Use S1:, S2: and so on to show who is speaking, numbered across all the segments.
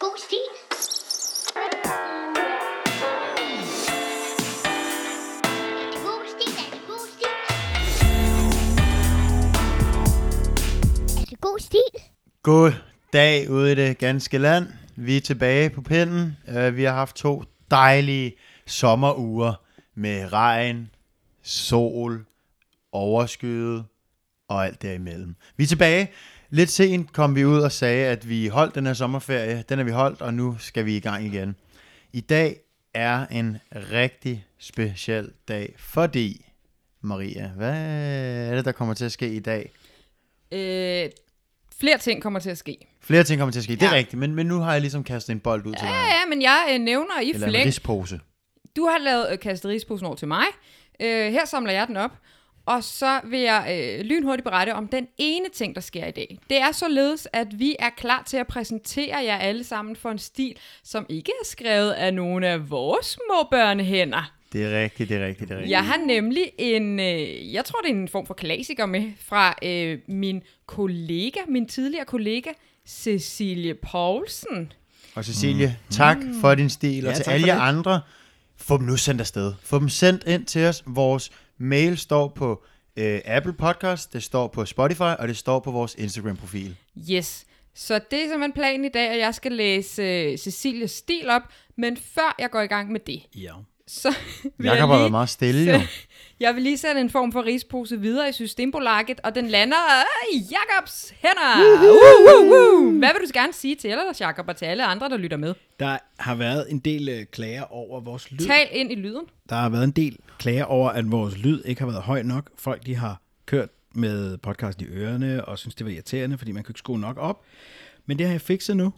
S1: Bosti. God stil.
S2: God dag ude i det ganske land. Vi er tilbage på pinden. Øh, Vi har haft to dejlige sommeruger med regn, sol, overskyet og alt derimellem. Vi er tilbage. Lidt sent kom vi ud og sagde, at vi holdt den her sommerferie. Den er vi holdt, og nu skal vi i gang igen. I dag er en rigtig speciel dag, fordi... Maria, hvad er det, der kommer til at ske i dag?
S3: Øh, flere ting kommer til at ske.
S2: Flere ting kommer til at ske, det er
S3: Ja.
S2: rigtigt, men, men nu har jeg ligesom kastet en bold ud til
S3: Ja,
S2: dig.
S3: ja, men jeg øh, nævner i
S2: Eller en
S3: flæng.
S2: rispose.
S3: Du har lavet øh, kastet risposen over til mig. Øh, her samler jeg den op. Og så vil jeg øh, lynhurtigt berette om den ene ting, der sker i dag. Det er således, at vi er klar til at præsentere jer alle sammen for en stil, som ikke er skrevet af nogle af vores små børnehænder.
S2: Det er rigtigt, det er rigtigt, det er rigtigt.
S3: Jeg har nemlig en, øh, jeg tror det er en form for klassiker med fra øh, min kollega, min tidligere kollega, Cecilie Poulsen.
S2: Og Cecilie, mm. tak for din stil, ja, og
S4: Ja,
S2: til
S4: tak
S2: alle
S4: for
S2: jer andre, få dem nu sendt afsted. Få dem sendt ind til os. Vores mail står på øh, Apple Podcast, det står på Spotify, og det står på vores Instagram-profil.
S3: Yes. Så det er simpelthen planen i dag, at jeg skal læse øh, Cecilies stil op, men før jeg går i gang med det,
S4: Ja.
S3: så
S2: Jakob
S3: vil
S2: har
S3: jeg
S2: været
S3: lige...
S2: meget stille, jo.
S3: Jeg vil lige sætte en form for rispose videre i systembolaget, og den lander øh, i Jakobs hænder. Uh, uh, uh. Hvad vil du så gerne sige til ellers, Jakob, og til alle andre, der lytter med?
S4: Der har været en del øh, klager over vores lyd.
S3: Tal ind i lyden.
S4: Der har været en del klager over, at vores lyd ikke har været høj nok. Folk de har kørt med podcast i ørerne og synes, det var irriterende, fordi man kunne ikke skrue nok op. Men det har jeg fikset nu.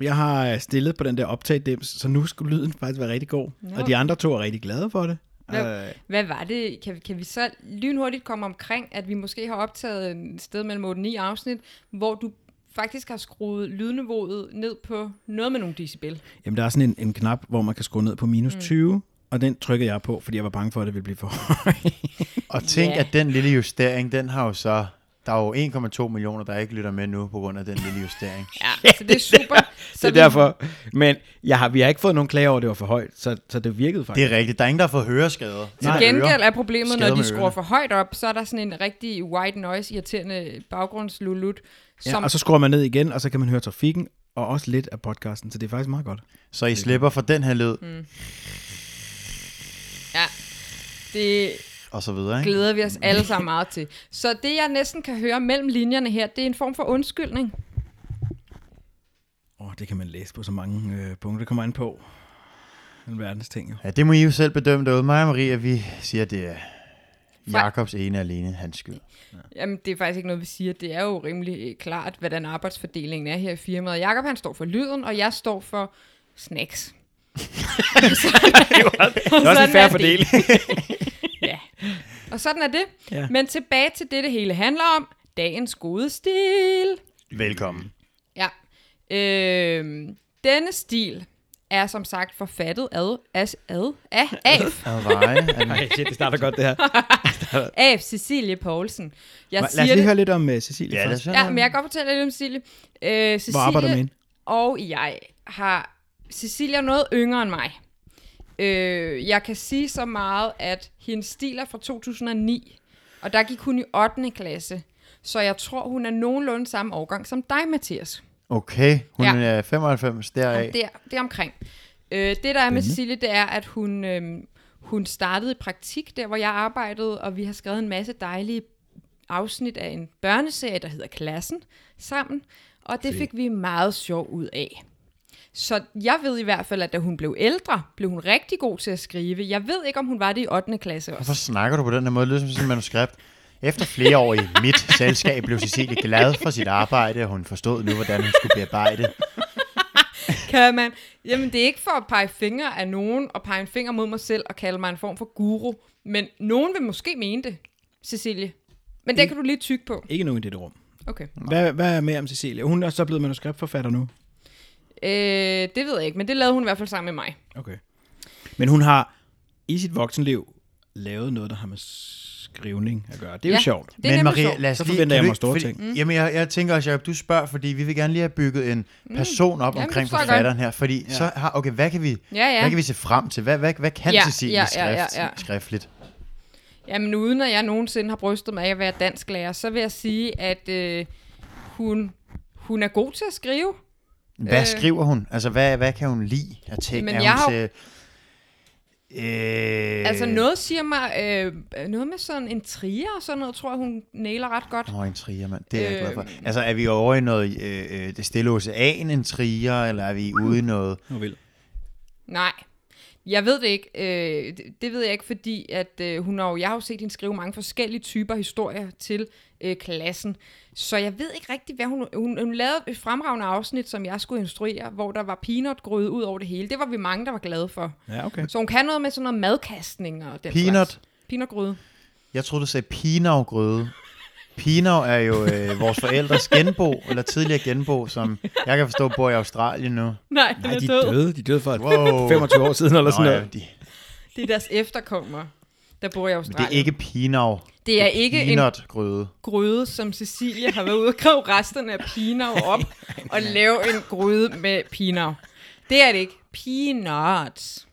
S4: Jeg har øh, stillet på den der optagdems, så nu skulle lyden faktisk være rigtig god. No. Og de andre to er rigtig glade for det.
S3: Hvad,
S4: Øh,
S3: hvad var det? Kan, vi- kan vi så lynhurtigt komme omkring, at vi måske har optaget en sted mellem 8 og 9 afsnit, hvor du faktisk har skruet lydniveauet ned på noget med nogle decibel.
S4: Jamen, der er sådan en, en knap, hvor man kan skrue ned på minus 20, og den trykkede jeg på, fordi jeg var bange for, at det ville blive for højt.
S2: Og tænk,
S3: Ja.
S2: at den lille justering, den har jo så... Der er jo 1,2 millioner, der ikke lytter med nu på grund af den lille justering.
S3: Ja, så det er super. så
S4: Det er derfor. Men jeg har, vi har ikke fået nogen klager over, at det var for højt, så, så det virkede
S2: Det
S4: faktisk.
S2: er rigtigt. Der er ingen, der har fået høreskader.
S3: Til
S2: Nej,
S3: gengæld
S2: ører.
S3: er problemet,
S2: Skader
S3: når de
S2: med
S3: skruer
S2: ørerne.
S3: for højt op, så er der sådan en rigtig white noise, irriterende baggrundslulut,
S4: Det,
S3: som
S4: ja, altså- og så skruer man ned igen, og så kan man høre trafikken, og også lidt af podcasten, så det er faktisk meget godt.
S2: Så I slipper for den her lyd, mm.
S3: ja, det
S2: og så videre, ikke?
S3: glæder vi os alle sammen meget til. Så det, jeg næsten kan høre mellem linjerne her, det er en form for undskyldning.
S4: Åh, oh, det kan man læse på så mange øh, punkter. Det kommer an på en verdens ting. Jo.
S2: Ja, det må I jo selv bedømme derude. Mig og Maria, vi siger, det er
S3: Fra-
S2: Jakobs ene alene, hans skyld.
S3: Jamen, det er faktisk ikke noget, vi siger. Det er jo rimelig øh, klart, hvordan arbejdsfordelingen er her i firmaet. Jakob han står for lyden, og jeg står for snacks. det er
S4: også en fair fordeling.
S3: ja. Og sådan er det.
S4: Ja.
S3: Men tilbage til det, det hele handler om. Dagens gode stil.
S2: Velkommen.
S3: Ja. Øhm, denne stil er som sagt forfattet ad, as, ad, af, af,
S2: Adveje.
S4: Ej, shit, det starter godt det her.
S3: af Cecilie Poulsen. Jeg
S4: Lad os
S3: siger
S4: lige
S3: det.
S4: høre lidt om uh, Cecilie
S2: ja,
S4: ja,
S2: lad
S4: først.
S2: os høre
S3: Ja,
S2: noget.
S3: men jeg kan godt fortælle lidt om Cecilie. Øh, Cecilie
S4: Hvor arbejder du med hende?
S3: Og jeg har... Cecilia er noget yngre end mig. Øh, jeg kan sige så meget, at hendes stil er fra 2009, og der gik hun i 8. klasse. Så jeg tror, hun er nogenlunde samme årgang som dig, Mathias.
S2: Okay, hun
S3: Ja.
S2: er 95 deraf.
S3: Der, det er omkring. Øh, det, der er med Cecilie, det er, at hun, øh, hun startede i praktik, der hvor jeg arbejdede, og vi har skrevet en masse dejlige afsnit af en børneserie, der hedder Klassen, sammen. Og det fik vi meget sjov ud af. Så jeg ved i hvert fald, at da hun blev ældre, blev hun rigtig god til at skrive. Jeg ved ikke, om hun var det i 8. klasse også.
S2: Hvorfor snakker du på den her måde? Det lyder som sådan et manuskript. Efter flere år i mit selskab blev Cecilie glad for sit arbejde, og hun forstod nu, hvordan hun skulle bearbejde.
S3: kan man? Jamen, det er ikke for at pege fingre af nogen, og pege en finger mod mig selv og kalde mig en form for guru. Men nogen vil måske mene det, Cecilie. Men det kan du lige tykke på.
S4: Ikke nogen i dette rum.
S3: Okay.
S4: Hvad, hvad er med om Cecilie? Hun er så blevet manuskriptforfatter nu.
S3: Øh, det ved jeg ikke, men det lavede hun i hvert fald sammen med mig.
S4: Okay. Men hun har i sit voksenliv lavet noget, der har med s- skrivning at gøre. Det er jo
S3: ja,
S4: sjovt.
S3: Det er
S2: Men
S3: nemlig
S2: Maria,
S3: sjovt.
S2: lad os
S4: Så
S2: lige, kan
S4: forventer jeg
S2: du
S4: mig
S2: ikke-
S4: store
S2: fordi,
S4: ting.
S2: Jamen, jeg, jeg tænker også, Jacob, du spørger, fordi vi vil gerne lige have bygget en person op
S3: Mm. Jamen,
S2: omkring
S3: det forstår jeg
S2: forfatteren her. Fordi
S4: Ja.
S2: så har, okay, hvad kan, vi,
S3: Ja, ja.
S2: hvad kan vi se frem til? Hvad, hvad, hvad kan
S3: Ja,
S2: Cecilie
S3: ja, ja,
S2: skrift,
S3: ja, ja.
S2: skriftligt?
S3: Jamen uden at jeg nogensinde har brystet mig af at være dansklærer, så vil jeg sige, at øh, hun, hun er god til at skrive.
S2: Hvad
S3: Øh.
S2: øh. skriver hun? Altså, hvad, hvad kan hun lide at tænke?
S3: Jamen,
S2: er
S3: jeg
S2: hun
S3: har-
S2: til, øh,
S3: Øh. Altså noget siger mig, øh, noget med sådan en trier og sådan noget, tror jeg hun nailer ret godt.
S2: Åh, en trier, mand. Det er jeg glad for.
S3: Øh.
S2: Altså, er vi over i noget øh, øh, det stille ocean, en trier, eller er vi ude i noget?
S4: Nu vil.
S3: Nej, jeg ved det ikke. Øh, det, det ved jeg ikke, fordi at, øh, hun har jo, jeg har jo set hende skrive mange forskellige typer historier til øh, klassen. Så jeg ved ikke rigtig, hvad hun, hun... Hun lavede et fremragende afsnit, som jeg skulle instruere, hvor der var peanutgrøde ud over det hele. Det var vi mange, der var glade for.
S4: Ja, okay.
S3: Så hun kan noget med sådan noget madkastning og den
S2: Peanut?
S3: slags. Peanutgrøde.
S2: Jeg troede, du sagde pinavgrøde. Pinav er jo øh, vores forældres genbo, eller tidligere genbo, som jeg kan forstå bor i Australien nu.
S3: Nej, den
S4: Nej,
S3: er
S4: de
S3: død.
S4: døde. De døde for
S2: Wow.
S4: 25 år siden eller sådan
S2: ja,
S4: noget.
S2: de,
S3: Det er deres efterkommere, der bor i
S2: men det er
S3: Australien.
S2: ikke pinav.
S3: det er ikke en
S2: Peanutgrøde.
S3: gryde, som Cecilie har været ude og grave resterne af pinav op og lave en gryde med pinav. Det er det ikke. Peanuts.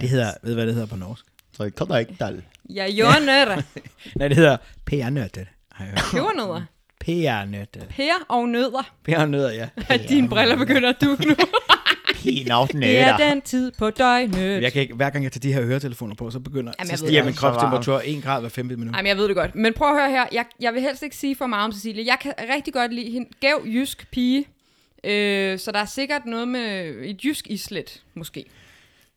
S4: Det hedder, ved du, hvad det hedder på norsk?
S2: Så jeg kommer ikke dal.
S3: Jeg gjorde nødder.
S4: Nej, det hedder pærnøtter. Har jeg hørt.
S3: Pebernødder.
S4: Pærnøtter.
S3: Pære og nødder.
S4: Pærnøtter, ja.
S3: At dine briller begynder at dukke nu.
S2: Pinav
S3: Det er
S2: nætter.
S3: den tid på døgnet.
S4: Jeg kan ikke, hver gang jeg tager de her høretelefoner på, så begynder
S3: Jamen,
S4: Jamen,
S3: jeg
S4: så
S3: ved
S4: stiger
S3: det.
S4: min kropstemperatur 1 grad hver 15 minut.
S3: Jamen, jeg ved det godt. Men prøv at høre her. Jeg, jeg vil helst ikke sige for meget om Cecilie. Jeg kan rigtig godt lide hende. Gav jysk pige. Øh, så der er sikkert noget med et jysk islet, måske.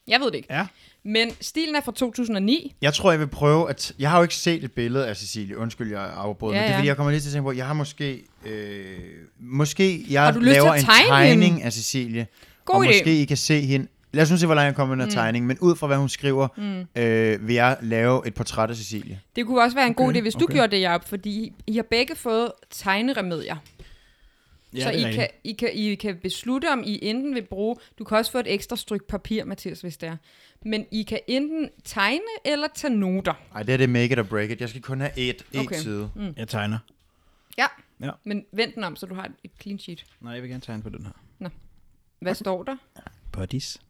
S3: Jeg ved det ikke.
S4: Ja.
S3: Men stilen er fra 2009.
S2: Jeg tror, jeg vil prøve at... Jeg har jo ikke set et billede af Cecilie. Undskyld, jeg afbrød, ja,
S3: Ja,
S2: men det er
S3: ja.
S2: fordi, jeg kommer lige til at tænke på, jeg har måske... Øh, måske jeg
S3: du lyst til
S2: laver
S3: at
S2: en
S3: tegne
S2: tegning
S3: hende?
S2: af Cecilie.
S3: God
S2: og
S3: idé. Mm.
S2: måske I kan se hende. Lad os nu se, hvor langt jeg kommer med den her tegning, men ud fra hvad hun skriver, mm. øh, vil jeg lave et portræt af Cecilie.
S3: Det kunne også være en god idé, hvis du
S4: okay.
S3: gjorde det, Jacob, fordi I har begge fået tegneremedier.
S4: Ja,
S3: så
S4: det er
S3: I
S4: rigtigt.
S3: kan, I, kan, I kan beslutte, om I enten vil bruge... Du kan også få et ekstra stykke papir, Mathias, hvis det er. Men I kan enten tegne eller tage noter.
S2: Ej, det er det make it or break it. Jeg skal kun have et, et
S3: Okay.
S2: okay. side. Mm.
S4: Jeg tegner.
S3: Ja.
S4: Ja.
S3: Men vend den om, så du har et- et clean sheet.
S4: Nej, jeg vil gerne tegne på den her.
S3: Hvad står der?
S4: Buddies.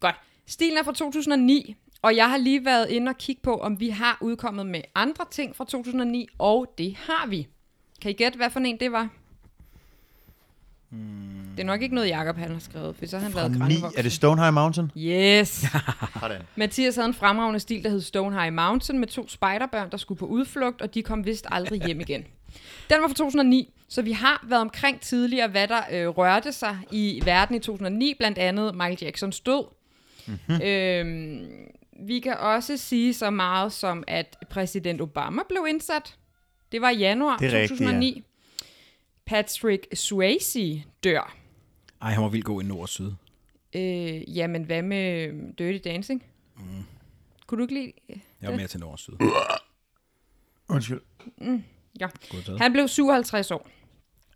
S3: Godt. Stilen er fra 2009, og jeg har lige været inde og kigge på, om vi har udkommet med andre ting fra 2009, og det har vi. Kan I gætte, hvad for en det var? Mm. Det er nok ikke noget, Jacob han har skrevet, for så har han lavet
S2: Hmm. Ni,
S3: Granvox.
S2: er det Stonehenge Mountain?
S3: Yes!
S2: Sådan.
S3: Mathias havde en fremragende stil, der hed Stone High Mountain, med to spejderbørn, der skulle på udflugt, og de kom vist aldrig hjem igen. Den var fra 2009, så vi har været omkring tidligere, hvad der øh, rørte sig i verden i 2009, blandt andet Michael Jacksons død.
S2: Mhm.
S3: Mm-hmm. Øhm, vi kan også sige så meget som, at præsident Obama blev indsat. Det var i januar
S2: Det er rigtigt,
S3: 2009. Rigtigt, ja. Patrick Swayze dør.
S4: Ej, han var vildt god i nord og syd.
S3: Øh, jamen, hvad med øh, Dirty Dancing? Mm. Kunne du ikke lide
S4: Jeg var mere til nord og syd.
S2: Undskyld.
S3: Ja.
S4: Godt taget.
S3: Han blev 57 år.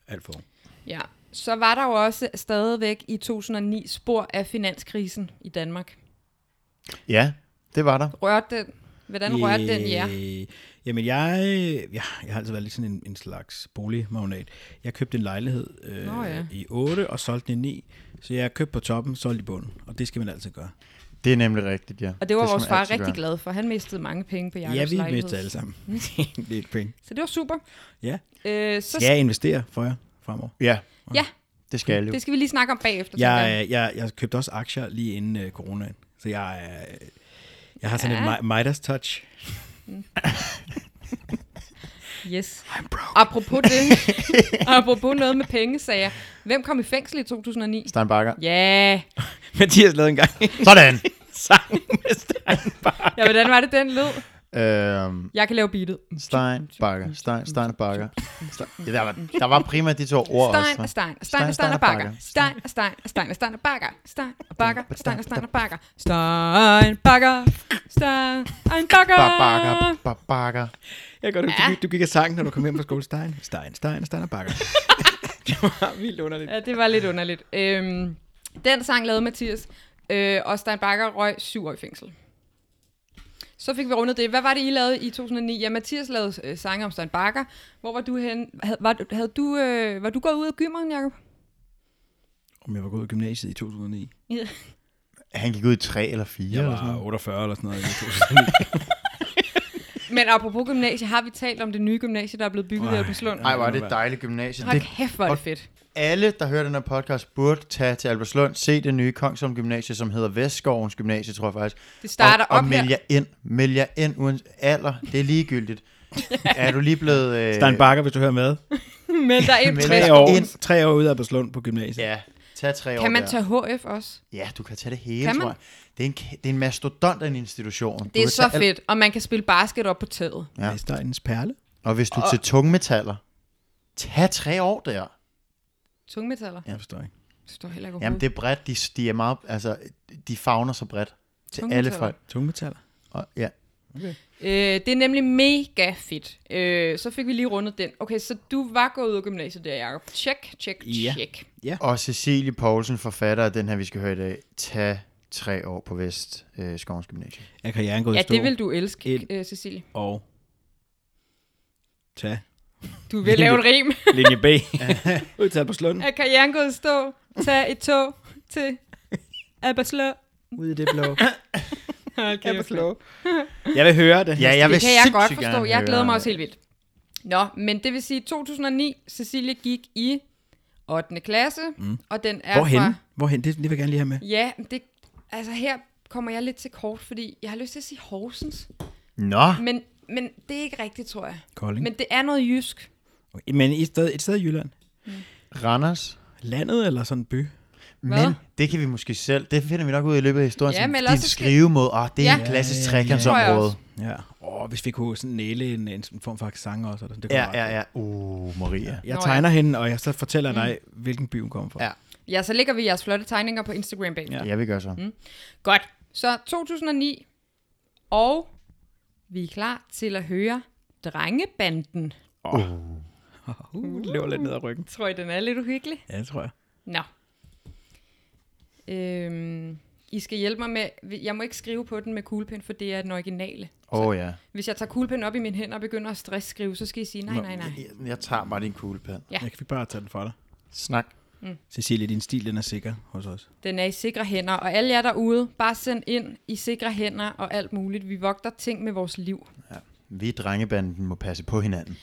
S4: Alt for.
S3: Ja. Så var der jo også stadigvæk i 2009 spor af finanskrisen i Danmark.
S2: Ja, det var der.
S3: Rørte den? Hvordan rørte den jer?
S4: Øh, Jamen, jeg, jeg, jeg har altid været lidt sådan en, en slags boligmagnat. Jeg købte en lejlighed øh,
S3: Nå ja.
S4: i 8 og solgte den i 9. Så jeg købte på toppen, solgte i bunden. Og det skal man altid gøre.
S2: Det er nemlig rigtigt, ja.
S3: Og det var
S2: skal
S3: vores
S2: man
S3: far
S2: altid
S3: rigtig
S2: gøre.
S3: glad for. Han mistede mange penge på Jacobs
S4: Ja, vi
S3: lejlighed.
S4: mistede alle sammen. det er et penge.
S3: Så det var super.
S4: Ja.
S3: Øh, så,
S4: Skal jeg investere for jer fremover?
S2: Ja,
S3: ja,
S2: det skal jeg jo.
S3: det skal vi lige snakke om bagefter. tænker
S4: Jeg, øh, jeg, jeg købte også aktier lige inden øh, coronaen. Så jeg, øh, jeg har sådan ja. et Mi- Midas touch.
S3: Yes. Apropos det. apropos noget med penge, sagde jeg. Hvem kom i fængsel i 2009?
S2: Stein Bakker.
S3: Ja.
S4: Mathias lavede engang en
S2: Sådan.
S4: sang med Steinbach.
S3: ja, hvordan var det, den lød?
S2: øhm,
S3: Jeg kan lave beatet.
S2: Stein Bakker. Stein, Stein Bakker. Stein. Ja, der, var, der var primært de to ord
S3: Stein
S2: også.
S3: og stein, og stein og stein og bakker. Stein og stein og stein og stein og bakker. Stein og bakker, stein og stein og bakker. Stein bakker, stein og
S2: Ba-
S3: bakker.
S2: Bakker. Ba- Bakker.
S4: Jeg kan godt huske, du, gik- du gik af sangen, når du kom hjem fra skole. Stein, Stein, Stein, Stein og Bakker. det var vildt underligt.
S3: Ja, det var lidt underligt. Øhm, den sang lavede Mathias, øh, og Stein Bakker røg syv år i fængsel. Så fik vi rundet det. Hvad var det, I lavede i 2009? Ja, Mathias lavede øh, sange om Stein Bakker. Hvor var du hen? Hav, var, du- havde du, øh, var du gået ud af gymmeren, Jacob?
S4: Om jeg var gået i gymnasiet i 2009.
S2: Han gik ud i tre eller fire.
S4: Jeg
S2: eller sådan
S4: var
S2: noget.
S4: 48 eller sådan noget i 2009.
S3: Men apropos gymnasie, har vi talt om det nye gymnasie, der er blevet bygget
S4: Ej,
S3: ved Albertslund?
S2: Ej, var det et dejligt gymnasie.
S3: Hold
S2: Det,
S3: kæft, hvor er det fedt.
S2: alle, der hører den her podcast, burde tage til Albertslund, se det nye Kongsholm Gymnasie, som hedder Vestskovens Gymnasie, tror jeg faktisk.
S3: Det starter
S2: og, og
S3: op her.
S2: meld jer ind. Meld jer ind uden alder. Det er ligegyldigt. er du lige blevet... Øh,
S4: Stein Bakker, hvis du hører med.
S3: Men der er
S2: Men-
S3: et
S2: Tre
S4: Tre
S2: år.
S4: år,
S2: Ind.
S4: tre år ude af Beslund på gymnasiet.
S2: Ja, tag tre år
S3: Kan man
S2: der.
S3: tage HF også?
S2: Ja, du kan tage det hele,
S3: Kan man?
S2: tror jeg. Det er en, kæ- det er en mastodont af en institution. Du
S3: Det er
S2: kan
S3: så
S2: tage alt-
S3: fedt, og man kan spille basket op på taget.
S2: Ja.
S4: Ja. Vestegnens perle.
S2: Og hvis du er til tungmetaller, tag tre år der.
S3: Tungmetaller.
S4: Jeg forstår ikke.
S3: Det står heller ikke
S2: Jamen,
S3: overhovedet.
S2: det er bredt. De, de er meget... Altså, de fagner så bredt. Til alle
S3: Tungmetaller.
S2: folk.
S4: Tungmetaller.
S2: Og, ja.
S3: Øh, det er nemlig mega fedt. Øh, så fik vi lige rundet den. Okay, så du var gået ud af gymnasiet der, Jacob. Tjek, tjek,
S4: Ja.
S3: tjek.
S2: Og Cecilie Poulsen, forfatter af den her, vi skal høre i dag, tag tre år på Vest øh, Skovens Gymnasium.
S4: Er karrieren gået
S3: Ja,
S4: i stå?
S3: det vil du elske,
S4: Et-
S3: øh, Cecilie.
S4: Og tag
S3: Du vil lave en rim.
S4: linje B. ud til Albertslund.
S3: Er karrieren gået i stå? Tag et tog til Albertslund.
S4: Ud i det blå.
S3: Hold kæft, hvor flot.
S4: Jeg vil høre det.
S2: Ja, jeg vil
S3: det kan jeg godt
S2: sindssygt
S3: forstå.
S2: gerne
S3: Jeg glæder
S2: høre-
S3: mig også helt vildt. Nå, men det vil sige, 2009, Cecilie gik i 8. klasse, mm. og den er
S4: Hvorhen?
S3: fra...
S4: Hvorhen? Det, det vil jeg gerne lige have med.
S3: Ja, det, altså her kommer jeg lidt til kort, fordi jeg har lyst til at sige Horsens,
S2: Nå,
S3: men, men det er ikke rigtigt, tror jeg.
S4: Kolding.
S3: Men det er noget jysk.
S4: Men, men et, sted, et sted i Jylland.
S2: Randers.
S4: Landet eller sådan en by?
S3: Hvad?
S2: Men det kan vi måske selv. Det finder vi nok ud i løbet af historien.
S3: Ja,
S2: Ja,
S3: men
S2: men det er en
S3: ellers så skal-
S2: skrivemåde. Åh, det er
S3: Ja.
S2: en klassisk
S4: Ja, ja, ja.
S3: Det tror jeg
S2: trekantsområde.
S3: også.
S4: Ja. Åh, hvis vi kunne sådan næle en, en sådan form for accent også. Eller sådan, det kunne
S2: Ja,
S4: være
S2: ja,
S4: ret
S2: ja. Uh, Maria.
S4: fedt. Jeg
S3: Nå, Mm.
S4: tegner hende, og jeg så fortæller dig, hvilken by hun kommer fra.
S2: Ja.
S3: Ja, så lægger vi jeres flotte tegninger på Instagram bag. Ja.
S4: Ja.
S2: Ja, vi gør så. Mm.
S3: Godt. Så 2009, og vi er klar til at høre Drengebanden.
S4: Uh, det løber lidt ned ad ryggen.
S3: Tror I, den er lidt uhyggelig?
S4: Ja, det tror jeg.
S3: Nå. Øhm, I skal hjælpe mig med... Jeg må ikke skrive på den med kuglepen, for det er den originale.
S2: Åh, oh, ja.
S3: Hvis jeg tager kuglepen op i mine hænder og begynder at stressskrive, så skal I sige nej, nej, nej.
S2: Jeg, jeg tager bare din kuglepen.
S3: Ja.
S4: Jeg kan bare tage den for dig.
S2: Snak.
S4: Cecilie, din stil den er sikker hos os.
S3: Den er i sikre hænder, og alle jer derude, bare send ind i sikre hænder og alt muligt. Vi vogter ting med vores liv.
S2: Vi i drengebanden må passe på hinanden.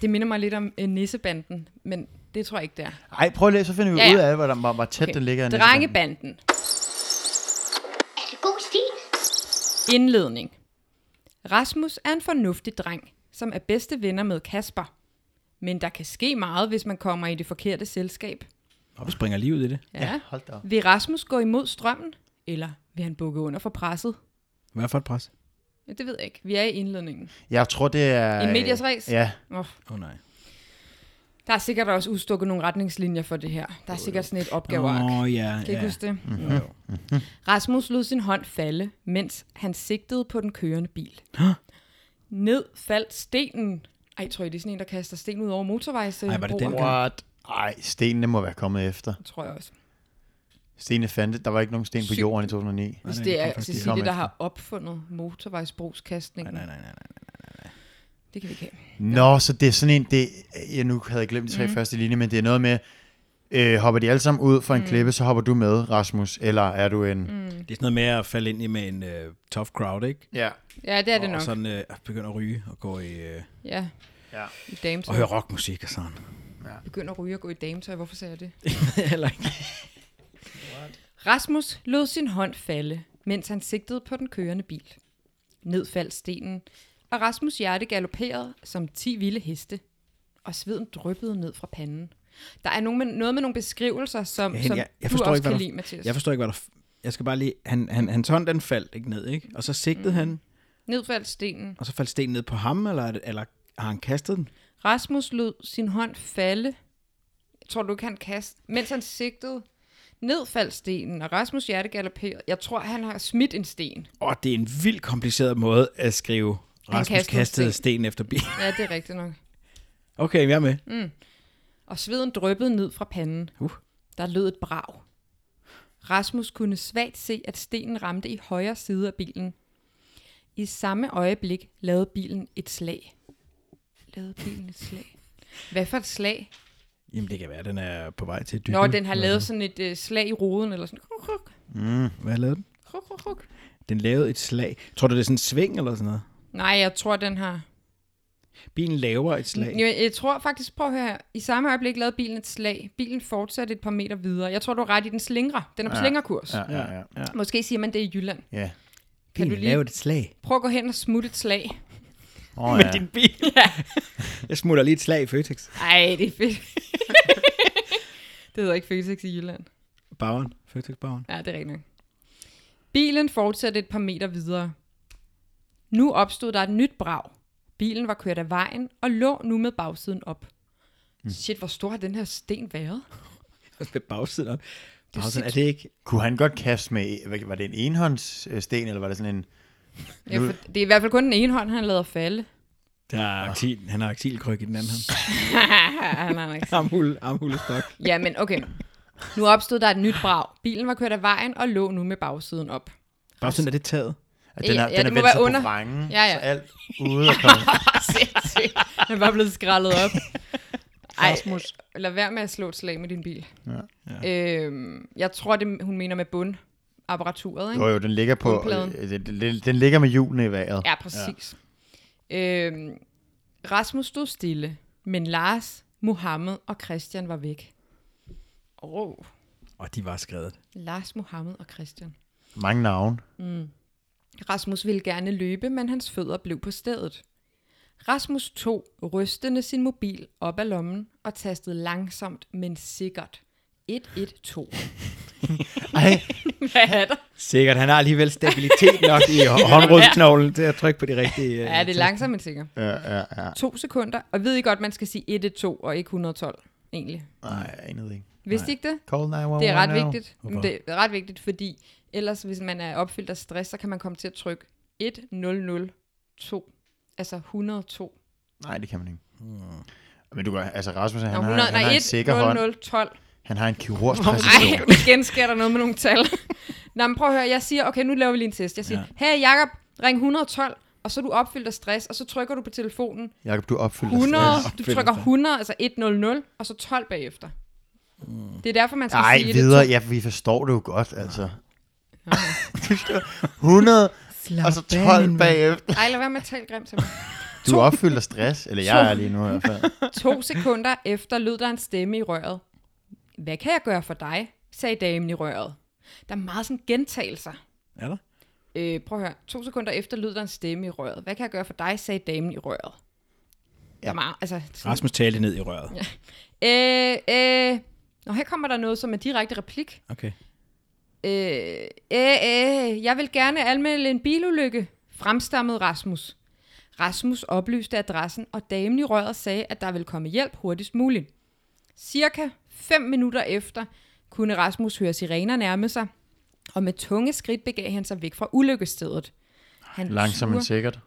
S3: Det minder mig lidt om øh, nissebanden, men det tror jeg ikke, det er.
S2: Ej, prøv lige, så finder vi
S3: Ja, ja.
S2: ud af, hvor, der, hvor, hvor tæt den ligger. i næste gang.
S3: Drengebanden.
S1: Er det god stil?
S3: Indledning. Rasmus er en fornuftig dreng, som er bedste venner med Kasper. Men der kan ske meget, hvis man kommer i det forkerte selskab.
S4: Og vi springer lige ud i det.
S2: Ja, hold da op.
S3: Vil Rasmus gå imod strømmen, eller vil han bukke under for presset?
S4: Hvad for et pres?
S3: Ja, det ved jeg ikke. Vi er i indledningen.
S2: Jeg tror, det er...
S3: En medias res?
S2: Ja,
S3: Oh,
S4: Åh oh, nej.
S3: der er sikkert også udstukket nogle retningslinjer for det her. Der er sikkert sådan et opgaveark.
S4: Åh oh, ja,
S3: Kan I
S4: ja. Mm-hmm.
S3: huske det? Rasmus lod sin hånd falde, mens han sigtede på den kørende bil. Ned faldt stenen. Ej, tror I, det er sådan en, der kaster sten ud over motorvejs?
S4: Ej, var det den?
S2: What? Ej, stenene må være kommet efter.
S3: Tror jeg også.
S2: Stenene fandt det. Der var ikke nogen sten på
S3: Sygt.
S2: jorden i 2009.
S3: Hvis det
S4: Nej, det
S3: er
S4: kom
S2: det
S4: faktisk-
S3: Cecilie,
S2: kom
S3: der
S2: efter.
S3: har opfundet motorvejsbrugskastningen.
S4: Nej, nej, nej, nej.
S3: Det kan vi ikke have.
S2: Nå, så det er sådan en... Det, jeg nu havde jeg glemt de tre
S3: Mhm.
S2: mm. første linjer, men det er noget med... Øh, hopper de alle sammen ud
S3: Mhm.
S2: fra en mm. klippe, så hopper du med, Rasmus. Eller er du en... Mm.
S4: Det er sådan noget med at falde ind i med en uh, tough crowd, ikke?
S2: Ja.
S3: Ja, det er det
S4: og,
S3: nok.
S4: og sådan uh, begynde at ryge og gå i... Uh,
S3: Ja,
S2: ja.
S3: i dametøj.
S4: og høre rockmusik og sådan.
S3: Begynder at ryge og gå i dametøj. Hvorfor sagde jeg det?
S4: Eller ikke.
S3: Rasmus lod sin hånd falde, mens han sigtede på den kørende bil. Ned faldt stenen, og Rasmus' hjerte galopperede som ti vilde heste. Og sveden dryppede ned fra panden. Der er nogen med, noget med nogle beskrivelser, som,
S4: Jeg,
S3: som
S4: jeg,
S3: du
S4: jeg, forstår
S3: også
S4: ikke,
S3: kan
S4: hvad
S3: lide,
S4: der,
S3: Mathias.
S4: jeg forstår ikke, hvad der... f- Jeg skal bare lige... Han, han, hans hånd, den faldt ikke ned, ikke? Og så sigtede mm. han,
S3: Ned faldt stenen.
S4: og så faldt stenen ned på ham, eller, er det- eller har han kastet den?
S3: Rasmus lod sin hånd falde. Jeg tror du, kan kaste. Mens han sigtede, ned faldt stenen, og Rasmus' hjerte galopperede. Jeg tror, han har smidt en sten.
S4: Åh, det er en vildt kompliceret måde at skrive
S3: Han
S4: Rasmus
S3: kastede en
S4: kastede
S3: sten.
S4: sten efter bilen.
S3: Ja, det er rigtigt nok.
S4: Okay, jeg er med.
S3: Mm. og sveden drøbbede ned fra panden.
S4: Uh.
S3: Der lød et brag. Rasmus kunne svagt se, at stenen ramte i højre side af bilen. I samme øjeblik lavede bilen et slag. Lavede bilen et slag? Hvad for et slag?
S4: Jamen, det kan være, den er på vej til dybden.
S3: Når den har lavet sådan et øh, slag i ruden, eller sådan. Kruk, kruk,
S4: Hvad lavede den?
S3: kruk, kruk, kruk.
S4: Den lavede et slag. Tror du, det er sådan en sving eller sådan noget?
S3: Nej, jeg tror, den har...
S4: Bilen laver et slag.
S3: Jeg, jeg tror faktisk, prøv at høre her. I samme øjeblik lavede bilen et slag. Bilen fortsatte et par meter videre. Jeg tror, du har ret i den slingre. Den er på ja. slingerkurs. Ja.
S2: Ja, ja, ja.
S4: ja.
S3: Måske siger man det i Jylland.
S2: ja.
S3: Kan du
S4: Bilen
S3: lige-
S4: lavede et slag.
S3: Prøv at gå hen og smutte et slag.
S2: Oh,
S4: Med
S2: ja.
S4: din bil. Jeg smutter lige et slag i Føtex.
S3: Ej, det er fedt. det hedder ikke Føtex i Jylland.
S4: Bageren. Føtex bageren.
S3: Ja, det er rigtigt. nok. Bilen fortsatte et par meter videre. Nu opstod der et nyt brag. Bilen var kørt af vejen og lå nu med bagsiden op. Shit, hvor stor har den her sten været?
S4: Med bagsiden op. Bagsiden, er
S3: sindssygt.
S4: det ikke...
S2: Kunne han godt kaste med, hvad- var det en enhåndssten, eller var det sådan en...
S3: Ja, for det er i hvert fald kun den ene hånd, han lader falde.
S4: Der er aktil, han har aktilkryg i den anden hånd.
S3: han har nok
S4: Armhul, armhulestok.
S3: Ja, men okay. Nu opstod der et nyt brag. Bilen var kørt af vejen og lå nu med bagsiden op.
S4: Bagsiden er det taget.
S2: At den
S3: Ja,
S2: har,
S3: ja,
S2: den er
S3: det må
S2: vendt
S3: være
S2: sig
S3: under.
S2: på vrangen,
S3: Ja, ja.
S2: så alt ude og komme.
S3: Sindssygt. Han var blevet skrællet op. Ej, lad være med at slå et slag med din bil. Ja. Øhm, jeg tror, det hun mener med bundapparaturet, ikke?
S2: Jo, jo, den ligger på...
S3: Guldpladen.
S2: øh, Den, den, den ligger med hjulene i vejret.
S3: Ja, præcis. Ja. Øhm, Rasmus stod stille, men Lars, Mohammed og Christian var væk. Oh.
S4: Og de var skrevet.
S3: Lars, Mohammed og Christian.
S2: Mange navne.
S3: Rasmus ville gerne løbe, men hans fødder blev på stedet. Rasmus tog rystende sin mobil op af lommen og tastede langsomt, men sikkert 112.
S2: Ej,
S3: Hvad er der?
S4: Sikkert, han har alligevel stabilitet nok i hå- håndrygsknoglen til at trykke på de rigtige... øh,
S3: Ja, det er langsomt, men sikkert.
S2: ja, ja, ja.
S3: To sekunder, og ved I godt, man skal sige 112 og ikke 112, egentlig.
S2: Nej, jeg anede det ikke.
S3: Vidste I ikke det?
S2: Call 911
S3: Det er ret
S2: now.
S3: vigtigt. Men Det er ret vigtigt, fordi ellers, hvis man er opfyldt af stress, så kan man komme til at trykke 1002. Altså 102.
S2: Nej, det kan man ikke.
S4: Hmm.
S2: Men du kan, altså Rasmus, han, har,
S3: Nå, 100,
S2: han har
S3: nej,
S2: en sikker hånd.
S3: 1 12.
S2: Han har en kirurgs
S3: Ej,
S2: præcision.
S3: igen sker der noget med nogle tal. Nå, men prøv at høre, jeg siger, okay, nu laver vi lige en test. Jeg siger, ja. hey Jacob, ring 112, og så er du opfyldt af stress, og så trykker du på telefonen
S2: Jakob, du opfylder
S3: 100,
S2: stress.
S3: du trykker 100, altså 100, og så 12 bagefter. Det er derfor, man skal
S2: Mm. Ej,
S3: sige det.
S2: videre. Ja, vi forstår det jo godt, altså. 100, og så 12 bagefter.
S3: Ej, lad være med at tale grimt til mig.
S2: Du opfylder stress, eller jeg er lige nu i hvert fald.
S3: To sekunder efter lød der en stemme i røret. Hvad kan jeg gøre for dig? sagde damen i røret. Der er meget sådan gentagelser.
S4: Er der?
S3: Øh, prøv at høre. To sekunder efter lød der en stemme i røret. Hvad kan jeg gøre for dig? sagde damen i røret. Ja. Meget, altså, sådan,
S4: Rasmus talte ned i røret. Ja.
S3: øh, øh, nå, her kommer der noget, som er direkte replik.
S4: Okay.
S3: Øh, øh, øh, jeg vil gerne anmelde en bilulykke, fremstammede Rasmus. Rasmus oplyste adressen, og damen i røret sagde, at der ville komme hjælp hurtigst muligt. Cirka 5 minutter efter kunne Rasmus høre sirener nærme sig, og med tunge skridt begav han sig væk fra ulykkesstedet. Han
S2: Langsomt
S3: turde-
S2: men sikkert.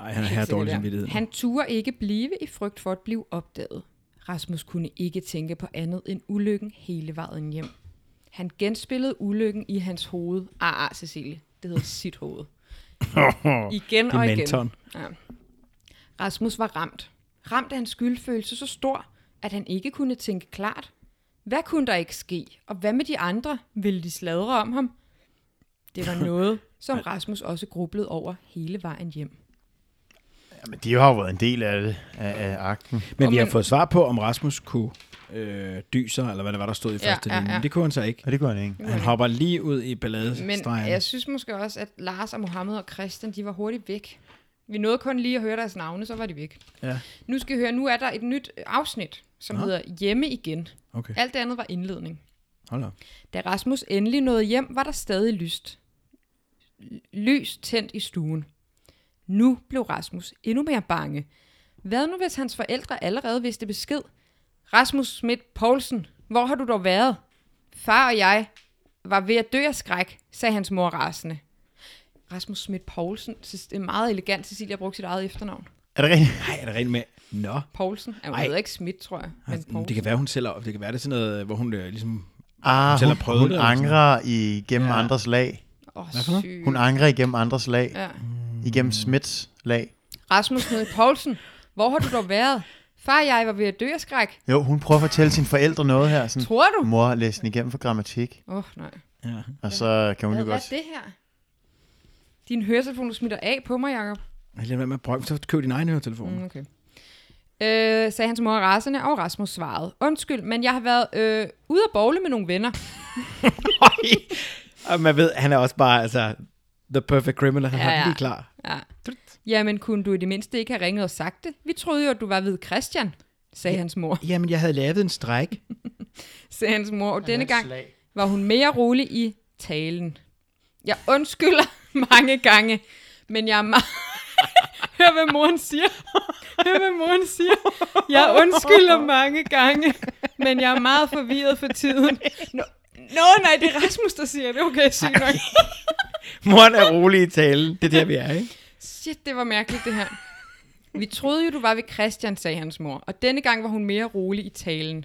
S4: Ej, han har dårlig samvittighed.
S3: Han turde ikke blive i frygt for at blive opdaget. Rasmus kunne ikke tænke på andet end ulykken hele vejen hjem. Han genspillede ulykken i hans hoved. Ah, ah, Cecilie. Det hedder sit hoved. Igen
S4: Det er
S3: og igen.
S4: mentoren.
S3: Ja. Rasmus var ramt. Ramt af en skyldfølelse så stor, at han ikke kunne tænke klart. Hvad kunne der ikke ske? Og hvad med de andre? Ville de sladre om ham? Det var noget, som Rasmus også grublede over hele vejen hjem.
S2: Jamen, de har jo været en del af det, af, af akten.
S4: Men vi
S3: Og
S4: har
S3: men-
S4: fået svar på, om Rasmus kunne øh, dyse, eller hvad det var, der stod i
S3: Ja,
S4: første
S3: ja,
S4: ja, linje.
S3: ja.
S4: Men det kunne han så ikke.
S2: Og det gør han ikke.
S4: Han hopper lige ud i
S3: Men
S4: balladestregen.
S3: jeg synes måske også, at Lars og Mohammed og Christian, de var hurtigt væk. Vi nåede kun lige at høre deres navne, så var de væk.
S4: Ja.
S3: Nu skal I høre, nu er der et nyt øh, afsnit, som hedder Hjemme igen.
S4: Okay,
S3: Alt det andet var indledning.
S4: hold op.
S3: Da Rasmus endelig nåede hjem, var der stadig lyst. Lys tændt i stuen. Nu blev Rasmus endnu mere bange. Hvad nu, hvis hans forældre allerede vidste besked? Rasmus Schmidt Poulsen, hvor har du dog været? Far og jeg var ved at dø af skræk, sagde hans mor rasende. Rasmus Schmidt Poulsen, synes, det er meget elegant, Cecilia brugte sit eget efternavn.
S2: Er det rigtigt?
S4: Ej, er det rent med? Nå.
S3: Poulsen, han
S4: Ej. Altså,
S3: hedder ikke Schmidt, tror jeg, men Poulsen.
S4: Det kan være, hun sælger op. Det kan være, det er sådan noget, hvor hun øh, ligesom...
S2: Ah,
S4: selv
S2: hun,
S4: har prøvet
S2: hun
S4: det, eller sådan
S2: angrer igennem
S4: Ja.
S2: andres lag.
S3: Åh,
S4: Hvad for noget?
S3: syg.
S2: Hun angrer igennem andres lag. Mm.
S3: Ja.
S2: igennem Smits lag.
S3: Rasmus Nød Poulsen, hvor har du dog været? Far og jeg var ved at dø af skræk.
S2: Jo, hun prøver at fortælle sine forældre noget her. Sådan,
S3: Tror du?
S2: Mor, læs den igennem for grammatik.
S3: Åh, oh, nej.
S4: Ja.
S2: Og så kan hun
S3: Hvad,
S2: jo
S3: hvad
S2: godt...
S3: er det her? Din høretelefon, du smitter af på mig, Jacob.
S4: Jeg lader være med at brømme, så køb din egen høretelefon.
S3: Mm,
S4: Mm.
S3: okay. Øh, sagde hans mor rasende, og Rasmus svarede. Undskyld, men jeg har været øh, ude at bowle med nogle venner.
S4: og man ved, han er også bare, altså, the perfect criminal. Han
S3: Ja,
S4: ja, ja.
S3: ja.
S4: har den lige klar.
S3: Ja.
S4: Tut.
S3: Jamen, kunne du i det mindste ikke have ringet og sagt det? Vi troede jo, at du var ved Christian, sagde hans mor.
S4: Jamen, jeg havde lavet en stræk.
S3: Sagde hans mor, og denne gang var hun mere rolig i talen. Jeg undskylder mange gange, men jeg er meget... Hør, hvad moren siger. Hør, hvad moren siger. Jeg undskylder mange gange, men jeg er meget forvirret for tiden. Nå, nå nej, det er Rasmus, der siger det. Okay, sygt nok.
S4: Moren er rolig i talen. Det er der, vi er, ikke?
S3: Shit, det var mærkeligt, det her. Vi troede jo, du var ved Christian, sagde hans mor, og denne gang var hun mere rolig i talen.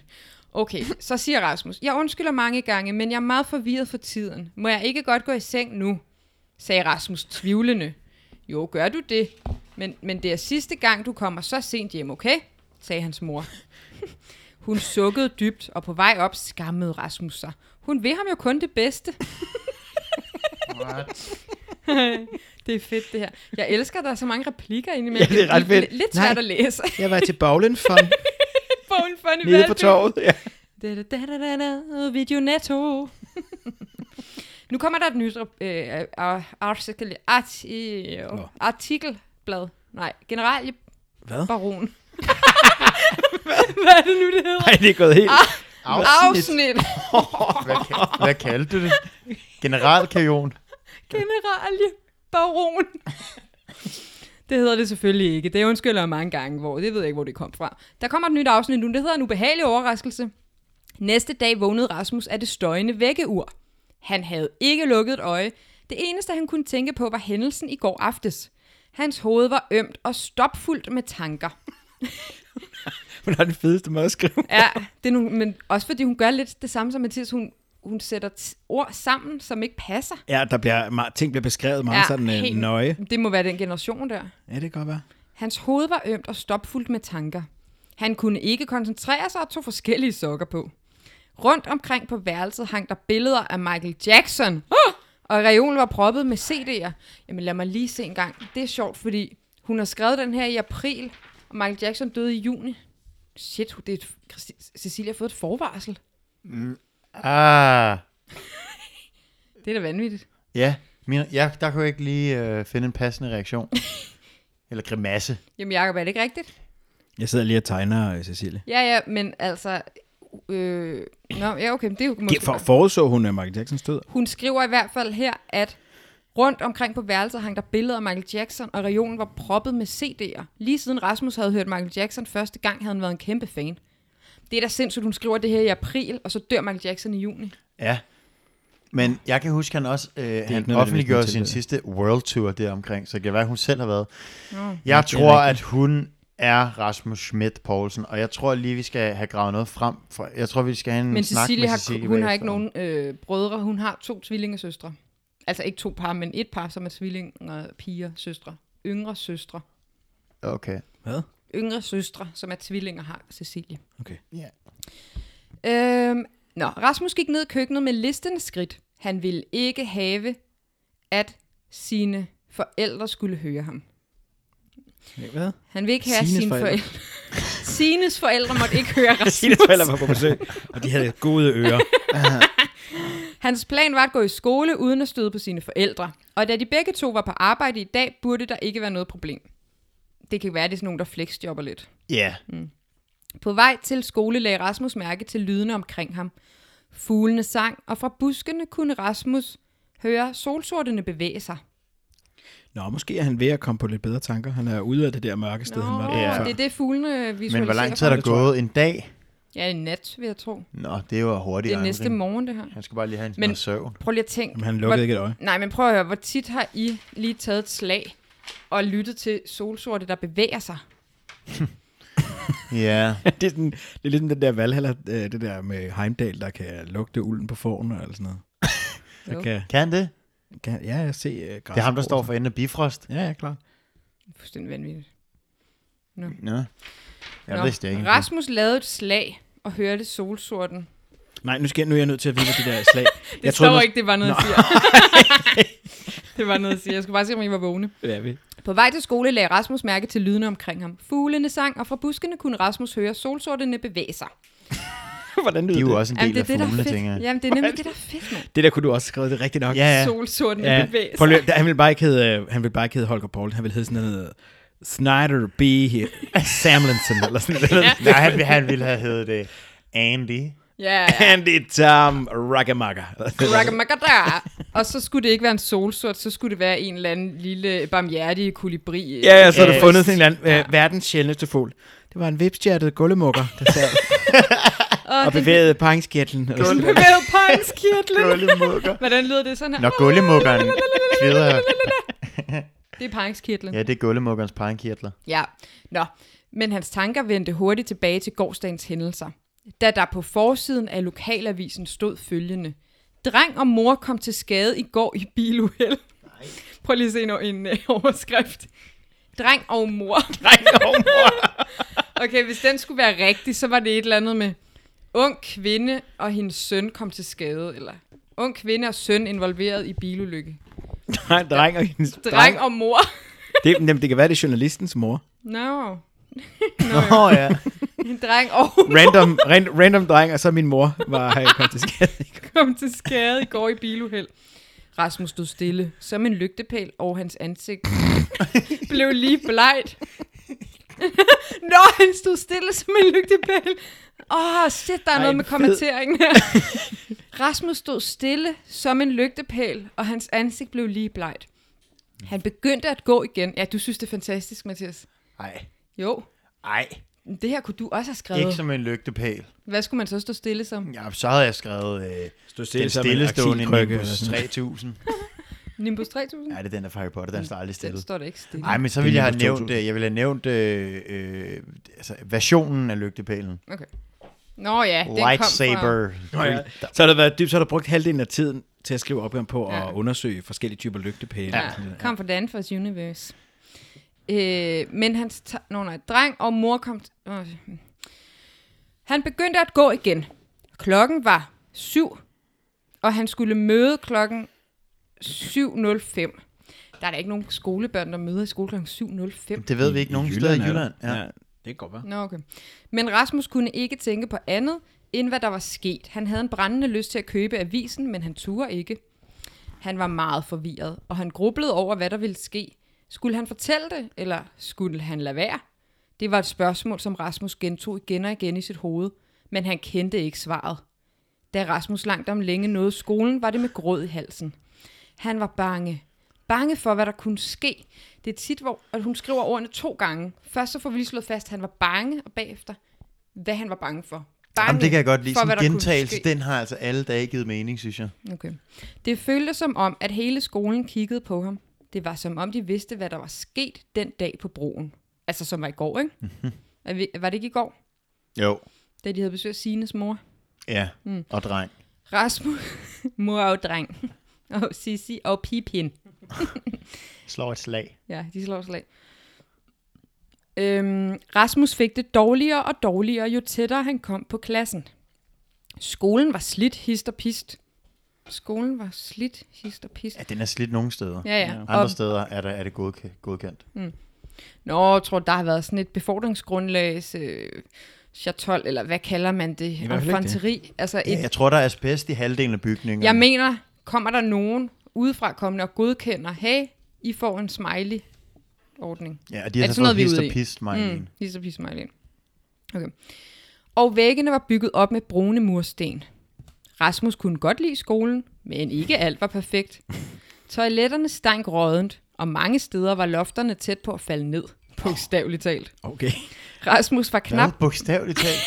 S3: Okay, så siger Rasmus, jeg undskylder mange gange, men jeg er meget forvirret for tiden. Må jeg ikke godt gå i seng nu? sagde Rasmus tvivlende. Jo, gør du det, men, men det er sidste gang, du kommer så sent hjem, okay? sagde hans mor. Hun sukkede dybt, og på vej op skammede Rasmus sig. Hun vil ham jo kun det bedste. Det er fedt, det her. Jeg elsker, at der er så mange replikker ind imellem.
S4: Ja, det er ret fedt.
S3: Lidt
S4: Nej.
S3: svært at læse.
S4: Jeg var til bowlen fun
S3: Bogen for en
S4: nede på torvet. Ja.
S3: Da, da, da, da, da, video netto. nu kommer der et nyt øh, øh, artikel, art, øh,
S4: Nå.
S3: artikelblad. Nej, generelt
S4: Hvad?
S3: baron. Hvad er det nu, det hedder?
S4: Nej, det er gået helt...
S3: Ah, Afsnit.
S2: Hvad, ka- hvad kaldte du det? Generalkajon.
S3: Generalje baron. Det hedder det selvfølgelig ikke. Det undskylder jeg mange gange, hvor det ved jeg ikke, hvor det kom fra. Der kommer et nyt afsnit nu. Det hedder en ubehagelig overraskelse. Næste dag vågnede Rasmus af det støjende vækkeur. Han havde ikke lukket et øje. Det eneste, han kunne tænke på, var hændelsen i går aftes. Hans hoved var ømt og stopfuldt med tanker.
S4: Hun har den fedeste måde at skrive.
S3: Ja, det er nu, men også fordi hun gør lidt det samme som Mathias. Hun, hun sætter t- ord sammen, som ikke passer.
S4: Ja, der bliver, meget- ting bliver beskrevet meget ja, sådan øh, nøje.
S3: Det må være den generation der.
S4: Ja, det kan godt være.
S3: Hans hoved var ømt og stopfuldt med tanker. Han kunne ikke koncentrere sig og tog forskellige sokker på. Rundt omkring på værelset hang der billeder af Michael Jackson, Ah! og reolen var proppet med CD'er. Jamen lad mig lige se en gang. Det er sjovt, fordi hun har skrevet den her i april, og Michael Jackson døde i juni. Shit, det er et, Christi- Cecilia har fået et forvarsel.
S2: Ah,
S3: Det er da vanvittigt.
S2: ja. Min, ja, der kunne jeg ikke lige øh, finde en passende reaktion. Eller grimasse.
S3: Jamen Jacob, er det ikke rigtigt?
S4: Jeg sidder lige og tegner, øh, Cecilie.
S3: Ja, ja, men altså... Øh, nå, ja, okay, men det er jo måske...
S4: For, forudså hun, at Michael Jacksons død?
S3: Hun skriver i hvert fald her, at rundt omkring på værelset hang der billeder af Michael Jackson, og regionen var proppet med CD'er. Lige siden Rasmus havde hørt Michael Jackson første gang, havde han været en kæmpe fan. Det er da sindssygt, hun skriver det her i april, og så dør Michael Jackson i juni.
S2: Ja. Men jeg kan huske, han også øh,
S4: ikke
S2: han
S4: noget,
S2: offentliggjorde
S4: det er
S2: sin
S4: tilfældet.
S2: sidste World Tour der omkring, så det kan være, hun selv har været. Jeg tror, at hun er Rasmus Schmidt Poulsen, og jeg tror lige, vi skal have gravet noget frem. For jeg tror, vi skal have en
S3: Men
S2: snak
S3: Cecilie
S2: med
S3: har,
S2: Cecilie
S3: hun har
S2: bagefter.
S3: ikke nogen øh, brødre, hun har to tvillingesøstre. Altså ikke to par, men et par, som er tvillinger, piger, søstre. Yngre søstre.
S2: Okay.
S4: Hvad?
S3: Yngre søstre, som er tvillinger, har Cecilie.
S4: Okay.
S3: Øhm, nå, Rasmus gik ned i køkkenet med listende skridt. Han ville ikke have, at sine forældre skulle høre ham.
S4: Hvad?
S3: Han ville ikke have, at
S4: Sines
S3: sine
S4: forældre.
S3: forældre... Sines forældre måtte ikke høre
S4: Sines
S3: Rasmus.
S4: forældre var på besøg, og de havde gode ører.
S3: Hans plan var at gå i skole uden at støde på sine forældre. Og da de begge to var på arbejde i dag, burde der ikke være noget problem. Det kan være, at det er sådan nogen, der flexjobber lidt.
S2: Ja.
S3: På vej til skole lagde Rasmus mærke til lydene omkring ham. Fuglene sang, og fra buskene kunne Rasmus høre solsortene bevæge sig.
S4: Nå, måske er han ved at komme på lidt bedre tanker. Han er ude af det der mørke sted, han var
S3: Nå,
S4: der.
S2: Ja.
S3: ja. det er det, fuglene visualiserer.
S2: Men hvor lang tid er der
S4: det, tror
S2: gået? En dag?
S3: for- Ja, en nat, vil jeg tro. Det
S2: Nå, det var hurtigt.
S3: er
S2: Henrik.
S3: næste morgen, det her.
S2: Han skal bare lige have en
S3: Men-
S2: men... søvn.
S3: Prøv lige at tænke.
S4: Jamen, han lukkede
S3: hvor...
S4: ikke et øje.
S3: Nej, men prøv at høre, hvor tit har I lige taget et slag og lyttet til solsorte, der bevæger sig?
S2: Ja.
S4: det, er sådan, det er ligesom den der valhaller, øh, det der med Heimdal, der kan lugte ulden på forn og alt sådan noget.
S3: Jo.
S4: Der kan,
S2: Kan det?
S4: Kan, ja, jeg ser uh,
S2: Det er ham, der står for enden af Bifrost.
S4: Ja, ja, klart.
S3: Fuldstændig vanvittigt.
S2: Nå. Jeg
S3: Nå,
S2: vidste ikke.
S3: Rasmus lavede et slag og hørte solsorten.
S4: Nej, nu, skal, jeg- nu er jeg nødt til at vide, hvad det der er slag.
S3: Det jeg står
S4: troede,
S3: ikke, det var noget at sige. det var noget at sige. Jeg skulle bare se, om I var vågne.
S4: Ja, vi.
S3: På vej til skole lagde Rasmus mærke til lydene omkring ham. Fuglene sang, og fra buskene kunne Rasmus høre solsortene bevæge sig.
S4: Hvordan lyder
S2: De er jo
S4: det?
S2: også en del
S3: det
S2: af
S3: er det, der er
S2: fuglene, tænker
S3: fedt.
S2: jeg.
S3: Jamen, det er nemlig det, der er fedt, mand.
S4: Det der kunne du også skrive, det er rigtigt nok.
S2: Ja, ja.
S3: Solsortene
S4: Ja,
S3: bevæger
S4: prøv
S3: sig.
S4: lige, han ville bare ikke hedde, øh, han ville bare ikke hedde Holger Poul. Han ville hedde sådan noget Snyder B. Samlinson eller sådan noget. Ja.
S2: Nej, han, han ville have heddet det. Andy.
S3: Ja, ja.
S4: Andy Tom Ragamaka.
S3: Rakamakadra. Og så skulle det ikke være en solsort, så skulle det være en eller anden lille barmhjertig kolibri.
S4: Ja, ja, så har du
S2: Øh,
S4: fundet sådan en eller anden, øh, verdens sjældneste fugl. Det var en vipstjertet gullemukker, der sad og
S3: Og det
S4: bevægede pangskirtlen. eller sådan noget.
S3: bevæger pangskirtlen.
S2: Gullemukker.
S3: Hvordan lyder det sådan her?
S2: Nå, gullemukkeren kvider.
S3: Det er pangskirtlen.
S2: Ja, det er gullemukkerens parringkirtler.
S3: Ja, nå. Men hans tanker vendte hurtigt tilbage til gårdsdagens hændelser. Da der på forsiden af lokalavisen stod følgende. Dreng og mor kom til skade i går i biluheld. Prøv lige at se en, en øh, overskrift. Dreng og mor.
S4: Nej, oh, mor.
S3: Okay, hvis den skulle være rigtig, så var det et eller andet med, ung kvinde og hendes søn kom til skade, eller ung kvinde og søn involveret i bilulykke.
S4: Nej, dreng og hendes
S3: Dreng, Dreng. og mor.
S4: Det, jamen, det kan være, det er journalistens mor.
S3: No.
S2: Nå ja.
S3: En dreng og
S4: Random, ran, random dreng, og så min mor var øh, kom til skade.
S3: kom til skade i går i biluheld. Rasmus stod stille, som en lygtepæl, og hans ansigt blev lige blegt. Nå, han stod stille som en lygtepæl. Åh, oh, shit, der er Ej,
S4: Ej,
S3: noget med
S4: fed.
S3: kommenteringen her. Rasmus stod stille som en lygtepæl, og hans ansigt blev lige blegt. Han begyndte at gå igen. Ja, du synes, det er fantastisk, Mathias.
S2: Ej.
S3: Jo,
S2: Ej.
S3: det her kunne du også have
S2: Ikke
S3: skrevet.
S2: som en lygtepæl.
S3: Hvad skulle man så stå stille som?
S2: Ja, så havde jeg skrevet øh,
S4: Stå stille
S2: den
S4: som en
S2: stillestående
S4: aksilkrybbe
S2: Nimbus
S4: eller sådan
S2: 3000.
S3: Nimbus 3000?
S2: Ja, det er den, der fra Harry Potter. Den står aldrig
S3: Den
S2: stille.
S3: står der ikke stille.
S2: Nej, men så
S4: Det er
S2: ville jeg have
S4: Nimbus
S2: nævnt,
S4: 2000.
S2: øh, jeg ville have nævnt øh, øh, altså, versionen af lygtepælen.
S3: Okay. Nå ja, den kom
S2: Lightsaber.
S4: Nå ja. Så har der været dybt, så har der brugt halvdelen af tiden til at skrive opgaven på at
S3: Ja.
S4: undersøge forskellige typer lygtepæle.
S3: fra,
S4: og sådan
S3: ja,
S4: noget.
S3: kom fra Danfors Universe. Øh, men hans ta- Nå, nej, dreng og mor kom... T- Nå, hmm. han begyndte at gå igen. Klokken var syv, og han skulle møde klokken 7.05. Der er da ikke nogen skolebørn, der møder i skole klokken 7.05.
S2: Det ved vi ikke nogen steder i Jylland.
S4: er der.
S2: Ja.
S4: ja. det kan godt være.
S3: Nå, okay. Men Rasmus kunne ikke tænke på andet, end hvad der var sket. Han havde en brændende lyst til at købe avisen, men han turde ikke. Han var meget forvirret, og han grublede over, hvad der ville ske. Skulle han fortælle det, eller skulle han lade være? Det var et spørgsmål, som Rasmus gentog igen og igen i sit hoved, men han kendte ikke svaret. Da Rasmus langt om længe nåede skolen, var det med gråd i halsen. Han var bange. Bange for, hvad der kunne ske. Det er tit, hvor at hun skriver ordene to gange. Først så får vi lige slået fast, at han var bange, og bagefter, hvad han var bange for. Bange
S2: Jamen, det kan jeg godt lide.
S3: for, hvad
S2: Sådan
S3: der kunne
S2: gentagelse,
S3: ske.
S2: den har altså alle dage givet mening, synes jeg.
S3: Okay. Det føltes som om, at hele skolen kiggede på ham. Det var som om, de vidste, hvad der var sket den dag på broen. Altså, som var i går, ikke?
S2: Mhm.
S3: Er vi- Var det ikke i går,
S2: Jo.
S3: da de havde besøgt Sines mor?
S2: Ja, mm. og dreng.
S3: Rasmus, mor og dreng. Og Sissi og Pipin.
S2: Slår et slag.
S3: Ja, de slår slag. Øhm, Rasmus fik det dårligere og dårligere, jo tættere han kom på klassen. Skolen var slidt, hist og pist. Skolen var slidt, hist og pist.
S2: Ja, den er slidt nogle steder.
S3: Ja, ja.
S2: Andre
S3: Og- Mm.
S2: steder er, der, er det godke- godkendt.
S3: Nå, jeg tror, der har været sådan et befordringsgrundlags... Øh, chatol, eller hvad kalder man det?
S4: hvert fald ikke det.
S3: Infanteri. Altså et,
S2: Ja, jeg tror, der er asbest i halvdelen af bygningen.
S3: Jeg mener, kommer der nogen udefra kommende og godkender, hey, I får en smiley-ordning.
S2: ja, og de har
S3: Er det
S2: så
S3: sådan noget,
S2: fået
S3: vi er
S2: hist
S3: ude
S2: og
S3: i?
S2: pist, mm.
S3: Mm, lige så pisse smiley. Okay. Og væggene var bygget op med brune mursten. Rasmus kunne godt lide skolen, men ikke alt var perfekt. Toiletterne stank rådent, og mange steder var lofterne tæt på at falde ned. Bogstaveligt talt.
S4: Okay.
S3: Rasmus var knap...
S2: Hvad? Bogstaveligt talt.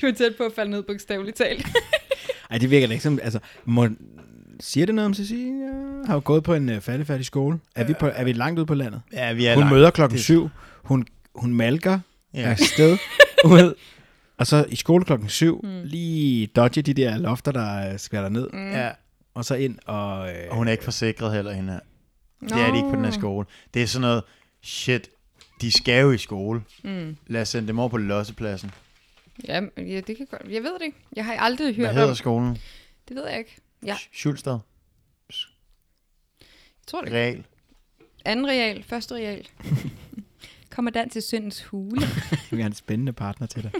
S3: De var tæt på at falde ned, bogstaveligt talt.
S4: Ej, det virker da ikke som... Altså, må, siger det noget om Cecilia? Har jo gået på en uh, fattig, fattig skole. Er vi, på, er vi langt ude på landet?
S2: Ja, vi er
S4: Hun
S2: langt.
S4: møder klokken
S2: Det-
S4: syv. Hun, hun malker
S2: Ja.
S4: ja. er afsted ud. Og så i skole klokken syv, mm. lige dodge de der lofter, der øh, skvatter ned. Mm.
S2: Ja.
S4: og så ind og... Øh,
S2: Og hun er ikke forsikret heller hende her. Det er de ikke på den her skole. Det er sådan noget, shit, de skal jo i skole. Mm. Lad os sende dem over på lossepladsen.
S3: Ja, ja, det kan godt. Jeg ved det ikke. Jeg har aldrig hørt
S2: Hvad hedder
S3: om.
S2: skolen?
S3: Det ved jeg ikke. Ja,
S2: Schulstad.
S3: jeg tror det ikke.
S2: Real.
S3: Anden real, første real. Kommer dan til syndens hule.
S4: Du er en spændende partner til dig.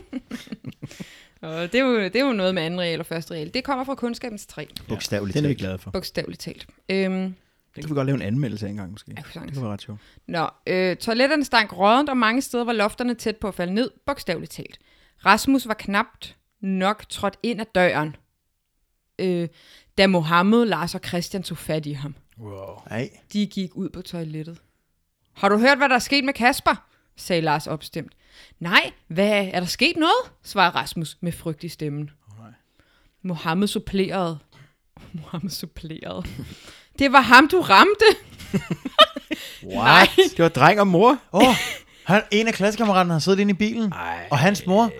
S3: Og det er, jo, det er jo noget med anden real og første real. Det kommer fra kundskabens træ,
S2: Bogstaveligt
S4: Den er vi
S2: talt.
S4: glade for.
S3: bogstaveligt talt. Øhm,
S4: Det kan vi godt lave en anmeldelse af engang, måske.
S3: kunne sagtens.
S4: Det kunne være ret sjovt.
S3: Nå, øh, toiletterne stank rådent, og mange steder var lofterne tæt på at falde ned, bogstaveligt talt. Rasmus var knapt nok trådt ind ad døren, øh, da Mohammed, Lars og Christian tog fat i ham.
S4: Wow.
S2: Nej.
S3: De gik ud på toilettet. Har du hørt, hvad der er sket med Kasper? sagde Lars opstemt. Nej, hvad er der sket noget? svarede Rasmus med frygt i stemmen. Mohammed supplerede. Mohammed supplerede. Det var ham, du ramte.
S2: What?
S4: Det var dreng og mor.
S2: Åh, oh, han, en af klassekammeraterne har siddet inde i bilen.
S4: Ej.
S2: Og hans mor.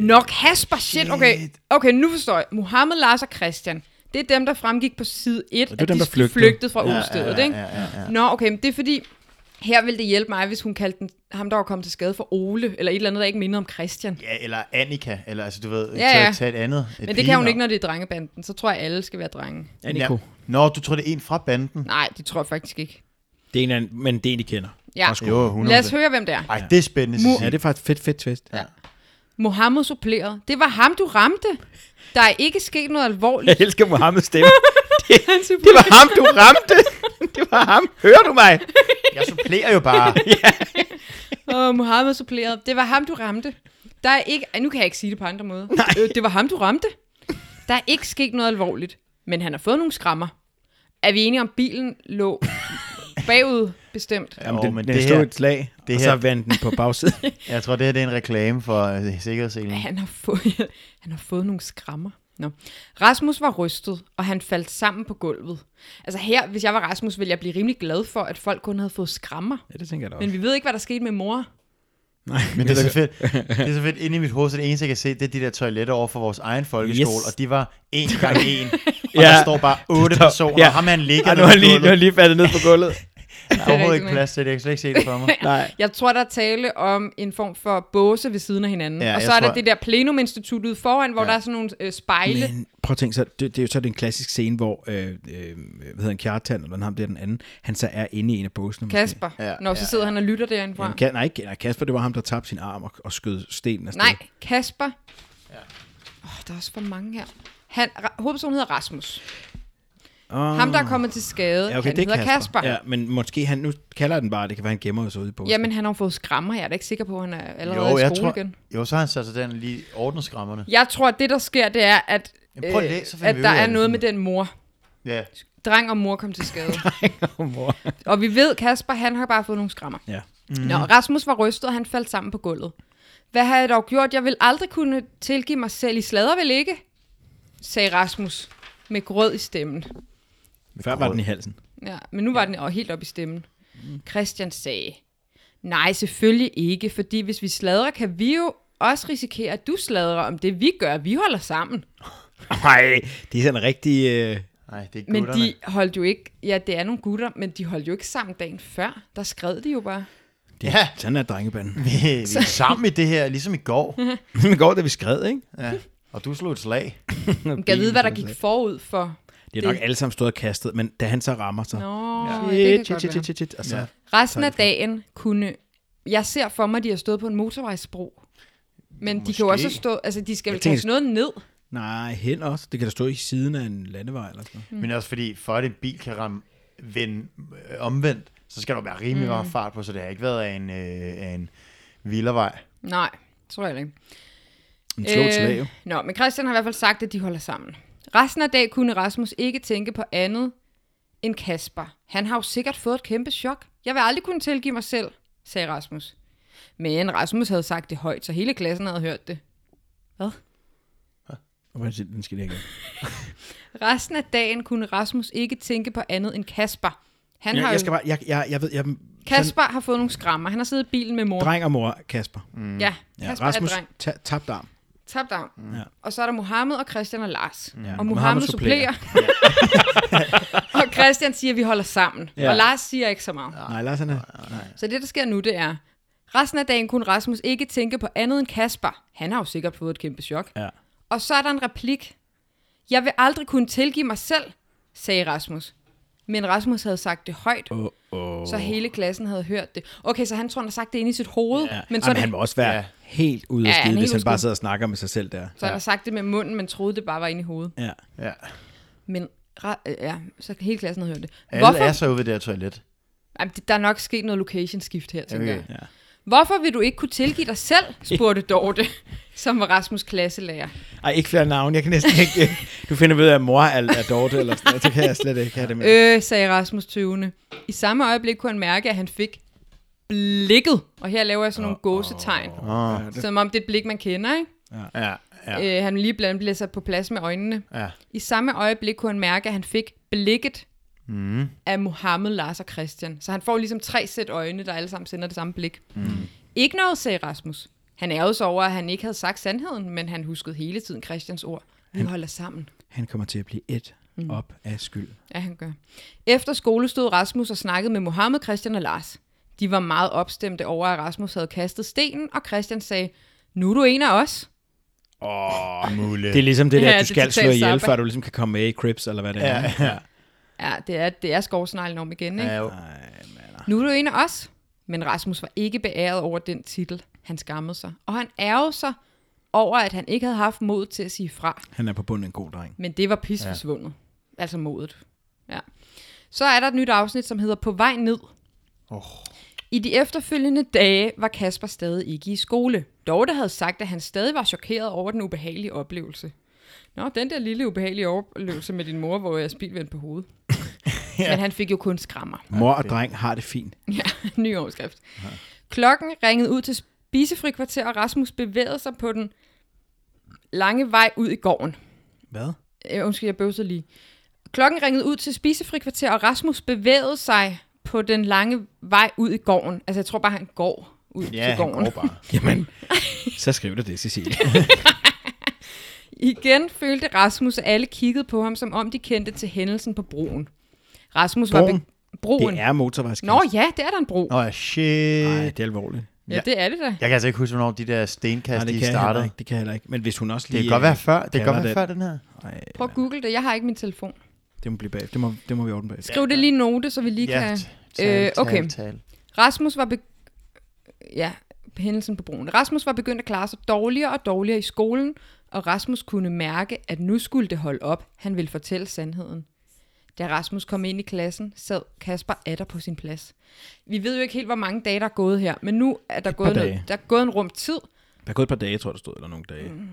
S3: Nå, Kasper, shit, okay.
S2: Shit.
S3: Okay, nu forstår jeg. Mohammed, Lars og Christian. Det er dem, der fremgik på side 1,
S4: er
S3: at de
S4: dem, der flygtede.
S3: flygtede fra ja, udstedet,
S2: ja,
S3: ikke?
S2: ja, ja, ja.
S3: Nå, okay, men det er fordi, her ville det hjælpe mig, hvis hun kaldte den, ham, der var kommet til skade for Ole, eller et eller andet, der ikke mindede om Christian.
S2: Ja, eller Annika, eller altså du ved,
S3: Ja,
S2: ja, ja.
S3: ja.
S2: Tage, tage et andet. Et
S3: Men det kan hun
S2: pigenavn.
S3: ikke, når det er drengebanden. Så tror jeg, alle skal være drenge.
S4: Anniko.
S2: Nå, du tror, det er en fra banden.
S3: Nej, det tror jeg faktisk ikke.
S4: Det er en anden, men det er en, de kender.
S3: Ja.
S4: Fra skolen.
S2: Jo, 100.
S3: Lad os høre, hvem det er.
S2: Ej, det er spændende,
S4: Ja,
S2: Cecilie.
S4: det er faktisk fedt, fedt twist. Ja.
S3: Mohammed supplerede. Det var ham, du ramte. Der er ikke sket noget
S4: Jeg
S3: alvorligt.
S4: elsker Mohammeds stemme.
S3: Han
S4: Det
S3: supplerede.
S4: var ham, du ramte. Det var ham. Hører du mig?
S2: Jeg supplerer jo bare.
S3: Og Mohammed supplerede. Det var ham, du ramte. Der er ikke... Ej, Nu kan jeg ikke sige det på andre måder. Øh, det var ham, du ramte. Der er ikke sket noget alvorligt. Men han har fået nogle skrammer. Er vi enige om, bilen lå bagud bestemt?
S2: Jamen,
S4: Jamen,
S2: det-
S4: den, men
S2: den
S4: det, det
S2: stod
S4: her,
S2: et
S4: et slag, det og her. så vandt den på bagsiden.
S2: Jeg tror, det her det er en reklame for øh, sikkerhedsselen.
S3: Han har fået, han har fået nogle skrammer. Nå. Rasmus var rystet, og han faldt sammen på gulvet. Altså her, hvis jeg var Rasmus, ville jeg blive rimelig glad for, at folk kun havde fået skrammer.
S4: ja, det tænker jeg da
S3: Men vi ved ikke, hvad der skete med mor.
S4: Nej,
S2: Men det er, så fedt. det er så fedt. Inde i mit hoved, så det eneste, jeg kan se, det er de der toiletter over for vores egen folkeskole, yes.
S4: Yes.
S2: og de var en gang en. Og
S4: Ja.
S2: ja. der står bare otte
S4: Stop.
S2: personer,
S4: Ja.
S2: ja. og ham han ligger
S4: Ej, nu
S2: nede
S4: har
S2: på
S4: lige, nu har
S2: gulvet.
S4: lige faldet ned på gulvet.
S2: Der er overhovedet
S3: rigtigt,
S2: ikke plads til det, jeg kan slet ikke se det for mig.
S4: Nej.
S3: Jeg tror, der er tale om en form for båse ved siden af hinanden.
S2: Ja,
S3: og
S2: jeg
S3: så er der
S2: tror-
S3: det der plenuminstitut ude foran, hvor der er sådan nogle øh, spejle.
S4: Men prøv at tænke, så, det, det er jo så den klassiske scene, hvor, øh, øh, hvad hedder han, Kjartan, eller ham der den anden, han så er inde i en af båsene. måske.
S3: Kasper.
S2: Ja,
S3: Når så
S2: ja,
S3: sidder han og lytter derinde fra.
S4: Jamen, Ka- nej, ikke- nej, Kasper, det var ham, der tabte sin arm og, og skød stenen af
S3: Nej, Kasper. Oh, der er også for mange her. Han, Ra- hovedpersonen hedder Rasmus.
S4: Oh.
S3: Ham, der er kommet til skade,
S4: ja, okay,
S3: han
S4: det er
S3: hedder Kasper.
S4: Ja, men måske han, nu kalder den bare, det kan være, han gemmer os ude i båsen.
S3: Jamen, han har fået skrammer. Jeg er da ikke sikker på, at han er allerede
S2: Jo,
S3: i
S2: jeg
S3: skole
S2: tror,
S3: igen.
S2: jo, så har han sat sig den lige ordnet skrammerne.
S3: Jeg tror, at det, der sker, det er, at, øh,
S2: Jamen, prøv at læse, så finder
S3: at
S2: vi ud
S3: der
S2: af
S3: er
S2: det.
S3: noget med den mor.
S2: Ja.
S3: Dreng og mor kom til skade.
S4: mor.
S3: og vi ved, Kasper, han har bare fået nogle skrammer.
S4: Ja.
S2: Mhm.
S3: Mm. Nå, Rasmus var rystet, og han faldt sammen på gulvet. Hvad har jeg dog gjort? Jeg vil aldrig kunne tilgive mig selv. I slader vel ikke? sagde Rasmus med grød i stemmen.
S4: Før var den i halsen.
S3: Ja, men nu var den og helt op i stemmen.
S4: Mm.
S3: Christian sagde, nej, selvfølgelig ikke, fordi hvis vi sladrer, kan vi jo også risikere, at du sladrer om det, vi gør. Vi holder sammen.
S4: Nej, det er sådan en rigtig... Øh...
S2: Nej, det er
S3: Men
S2: gutterne.
S3: de holdt jo ikke, ja, det er nogle gutter, men de holdt jo ikke sammen dagen før. Der skred de jo bare.
S4: Det, ja.
S2: Ja.
S4: Sådan er drengebanden.
S2: Vi, vi er sammen i det her, ligesom i går.
S4: I går, da vi skred, ikke?
S2: Ja. Og du slog et slag.
S4: Mhm.
S3: Man kan vide, hvad der gik forud for.
S4: Det er nok alle sammen stået og kastet, men da han så rammer, så...
S3: Nå, ja. det kan
S4: Shit, shit,
S3: godt
S4: shit,
S3: være.
S4: shit, shit, og så...
S2: Ja.
S3: Resten af dagen kunne... Jeg ser for mig, at de har stået på en motorvejsbro. Men Måske. de kan jo
S2: Måske.
S3: også stå... Altså, de skal vel
S4: tænker-
S3: kaste noget ned.
S4: Nej, hen også. Det kan da stå i siden af en landevej eller sådan noget.
S2: Men også fordi, for at en bil kan ramme vende øh, omvendt, så skal der være rimelig meget
S4: Mhm.
S2: fart på, så det har ikke været af en, øh, af en vildervej.
S3: Nej, tror jeg ikke.
S4: En slå øh... slag, jo.
S3: nå, men Christian har i hvert fald sagt, at de holder sammen. Resten af dag kunne Rasmus ikke tænke på andet end Kasper. Han har jo sikkert fået et kæmpe chok. Jeg vil aldrig kunne tilgive mig selv, sagde Rasmus. Men Rasmus havde sagt det højt, så hele klassen havde hørt det.
S4: Hvordan siger den? Den skal lige have igen.
S3: Resten af dagen kunne Rasmus ikke tænke på andet end Kasper. Han
S4: Jeg,
S3: har
S4: jeg
S3: jo-
S4: skal bare... Jeg, jeg, jeg ved... Jeg,
S3: Kasper har fået nogle skrammer. Han har siddet i bilen med mor.
S4: Dreng og mor, Kasper.
S3: Mm. Ja,
S4: Ja,
S3: Kasper
S4: Rasmus
S3: er dreng.
S4: ta- tabt arm.
S3: Top down.
S4: Ja.
S3: Ja. Og så er der Mohammed og Christian og Lars. Mm. Ja. Og Mohammed,
S4: Mohammed
S3: Mohammed
S4: supplerer.
S3: supplerer. og Christian siger, at vi holder sammen.
S4: Ja.
S3: Ja. Og Lars siger ikke så meget. Ja.
S4: Nej, Lars han er...
S3: Så det, der sker nu, det er, resten af dagen kunne Rasmus ikke tænke på andet end Kasper. Han har jo sikkert fået et kæmpe chok.
S4: Ja.
S3: Og så er der en replik. Jeg vil aldrig kunne tilgive mig selv, sagde Rasmus. Men Rasmus havde sagt det højt,
S4: Oh, oh.
S3: så hele klassen havde hørt det. Okay, så han tror, han har sagt det inde i sit hoved.
S4: Ja.
S3: Men
S4: Men
S3: så, Jamen,
S4: han
S3: han,
S4: må også være ja.
S2: Ja.
S4: helt ude
S3: Ja,
S4: af
S3: han er
S4: skide,
S3: helt
S4: hvis han
S3: ude af
S4: bare
S3: skide.
S4: sidder og snakker med sig selv der.
S3: så han har sagt det med munden, men troede, det bare var inde i hovedet.
S4: Ja.
S2: Ja.
S3: Men ra- øh, ja, så hele klassen havde hørt det.
S2: Alle
S3: Hvorfor?
S2: Hvorfor? er så ude ved det her toilet.
S3: Jamen, det- der er nok sket noget location-skift her, tænker
S2: Okay.
S3: jeg.
S4: Ja.
S3: Hvorfor vil du ikke kunne tilgive dig selv, spurgte Dorte, som var Rasmus' klasselærer.
S4: Ej, ikke flere navne. Jeg kan næsten ikke... Du finder ved, at mor er, er Dorte eller sådan noget. Det kan jeg slet ikke have det med.
S3: Øh, sagde Rasmus tøvende. I samme øjeblik kunne han mærke, at han fik blikket. Og her laver jeg sådan nogle gåsetegn.
S2: Åh,
S4: Ja, det-
S3: Som om det er et blik, man kender, ikke?
S2: ja, ja,
S3: Ja. Øh, han lige blandt bliver sat på plads med øjnene.
S2: ja.
S3: I samme øjeblik kunne han mærke, at han fik blikket
S2: Mm.
S3: af Mohammed, Lars og Christian. Så han får ligesom tre sæt øjne, der alle sammen sender det samme blik. Mm. Ikke noget, sagde Rasmus. Han ærgede sig over, at han ikke havde sagt sandheden, men han huskede hele tiden Christians ord. Vi holder sammen.
S4: Han kommer til at blive et
S3: Mm.
S4: op af skyld.
S3: Ja, han gør. Efter skole stod Rasmus og snakkede med Mohammed, Christian og Lars. De var meget opstemte over, at Rasmus havde kastet stenen, og Christian sagde, nu er du en af os.
S2: Åh, oh,
S4: Det er ligesom det der,
S3: Ja,
S4: at du
S3: det er
S4: skal slå
S3: totalt
S4: ihjel,
S3: Zappa.
S4: før du ligesom kan komme med i Crips, eller hvad det er.
S2: Ja, ja.
S3: Ja, det er, det er skovsneglen om igen, ikke?
S2: Ja, jo.
S4: Ej, man.
S3: Nu er du en af os. Men Rasmus var ikke beæret over den titel. Han skammede sig. Og han ærgede sig over, at han ikke havde haft mod til at sige fra.
S4: Han er på bunden en god dreng.
S3: Men det var pis forsvundet. Ja. Altså modet. Ja. Så er der et nyt afsnit, som hedder På vej ned.
S2: Oh.
S3: I de efterfølgende dage var Kasper stadig ikke i skole. Dorte havde sagt, at han stadig var chokeret over den ubehagelige oplevelse. Nå, den der lille ubehagelige oplevelse med din mor, hvor jeg spildte vendt på hovedet. ja. Men han fik jo kun skrammer.
S4: Mor og dreng har det fint.
S3: Ja, ny overskrift. Ja. Klokken ringede ud til spisefrikvarter, og Rasmus bevægede sig på den lange vej ud i gården.
S4: Hvad?
S3: Øh, undskyld, jeg bøvsede lige. Klokken ringede ud til spisefrikvarter, og Rasmus bevægede sig på den lange vej ud i gården. Altså, jeg tror bare, han går ud
S2: Ja,
S3: til
S2: han
S3: gården.
S2: går bare.
S4: Jamen, så skriv du det, Cecilie.
S3: Igen følte Rasmus, at alle kiggede på ham, som om de kendte til hændelsen på broen. Rasmus var...
S4: Broen?
S3: Be- broen.
S4: Det er motorvejskast.
S3: Nå ja, det er der en bro.
S2: Nå, ja, shit.
S4: Nej, det er alvorligt.
S3: ja, det er det da.
S2: Jeg kan altså ikke huske, hvornår de der
S4: Nej,
S2: stenkast,
S4: det
S2: de
S4: kan jeg heller
S2: startede.
S4: ikke. Det kan jeg heller ikke. Men hvis hun også
S2: Det
S4: lige... øh,
S2: kan godt være før. Det kan godt
S4: kalder
S2: være før den her.
S4: Nej,
S3: Prøv at google det. Jeg har ikke min telefon.
S4: det må blive bag. Det må, det må vi ordne bag.
S3: Skriv det lige i note, så vi lige kan...
S2: tal,
S3: Øh, okay.
S2: tal, tal.
S3: Rasmus var... Be- ja, hændelsen på broen. Rasmus var begyndt at klare sig dårligere og dårligere i skolen, og Rasmus kunne mærke, at nu skulle det holde op. Han ville fortælle sandheden. Da Rasmus kom ind i klassen, sad Kasper atter på sin plads. Vi ved jo ikke helt, hvor mange dage, der er gået her, men nu er der, gået,
S4: dage.
S3: noget, der er gået en rum tid,
S4: Der er gået et par dage, tror jeg, der stod, eller nogle dage.
S3: Mm.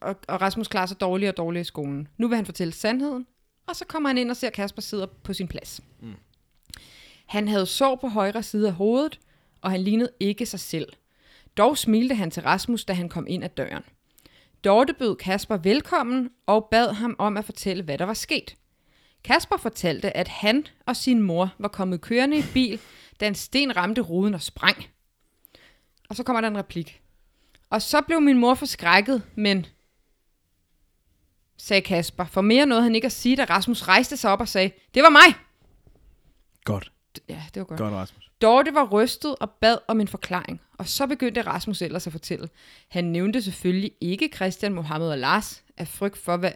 S3: og, og Rasmus klarer sig dårligere og dårligere i skolen. Nu vil han fortælle sandheden, og så kommer han ind og ser, at Kasper sidder på sin plads. Mm. Han havde sår på højre side af hovedet, og han lignede ikke sig selv. Dog smilte han til Rasmus, da han kom ind ad døren. Dorte bød Kasper velkommen og bad ham om at fortælle, hvad der var sket. Kasper fortalte, at han og sin mor var kommet kørende i bil, da en sten ramte ruden og sprang. Og så kommer der en replik. Og så blev min mor forskrækket, men sagde Kasper. For mere noget han ikke at sige, da Rasmus rejste sig op og sagde, det var mig.
S4: Godt.
S3: Ja, det var godt. godt.
S4: Godt, Rasmus.
S3: Dorte var rystet og bad om en forklaring. Og så begyndte Rasmus ellers at fortælle. Han nævnte selvfølgelig ikke Christian, Mohammed og Lars af frygt for, hvad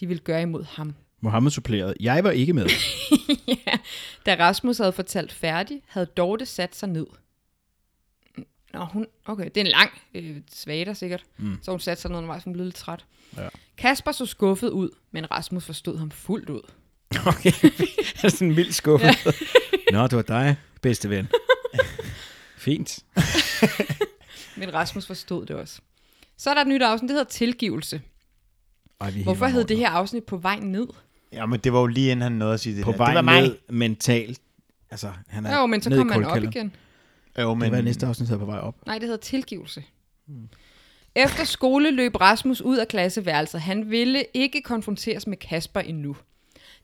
S3: de ville gøre imod ham.
S4: Mohammed supplerede. Jeg var ikke med.
S3: Da Rasmus havde fortalt færdig, havde Dorte sat sig ned. Nå, hun, okay, det er en lang øh, svater sikkert. Mm. Så hun satte sig ned undervejs, hun blev lidt træt.
S4: Ja.
S3: Kasper så skuffet ud, men Rasmus forstod ham fuldt ud.
S4: Okay. Jeg er sådan vildt skuffet. Ja. Nå, det var dig, bedste ven. Fint.
S3: Men Rasmus forstod det også. Så er der et nyt afsnit, det hedder Tilgivelse.
S4: Ej, vi
S3: Hvorfor
S4: hiver
S3: hed det
S4: hårdt
S3: her afsnit På vej ned?
S2: Jamen, det var jo lige inden han nåede at sige det
S4: På
S2: her.
S4: vej
S2: det var
S4: ned mentalt. Altså, han er
S3: Ja, jo, men så
S4: ned i
S3: kom man op
S4: kuldekælderen.
S3: igen.
S2: Jo, men...
S4: Det var næste afsnit, der er på vej op.
S3: Nej, det hedder Tilgivelse.
S4: Hmm.
S3: Efter skole løb Rasmus ud af klasseværelset. Han ville ikke konfronteres med Kasper endnu.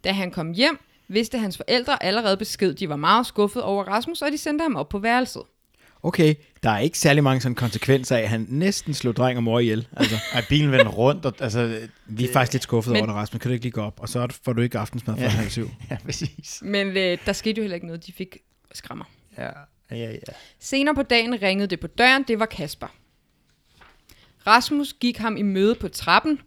S3: Da han kom hjem, vidste hans forældre allerede besked, de var meget skuffet over Rasmus, og de sendte ham op på værelset.
S4: okay, der er ikke særlig mange sådan konsekvenser af, at han næsten slog dreng og mor ihjel. Altså,
S2: Ej, bilen vendte rundt, og altså...
S4: vi er faktisk lidt skuffet
S3: Men-
S4: over dig, Rasmus. Kan du ikke lige gå op? Og så er det- får du ikke aftensmad
S2: Ja.
S4: fra halv syv.
S2: Ja, præcis.
S3: Men øh, der skete jo heller ikke noget, de fik skrammer.
S2: Ja, ja, ja.
S3: Senere på dagen ringede det på døren, det var Kasper. Rasmus gik ham i møde på trappen.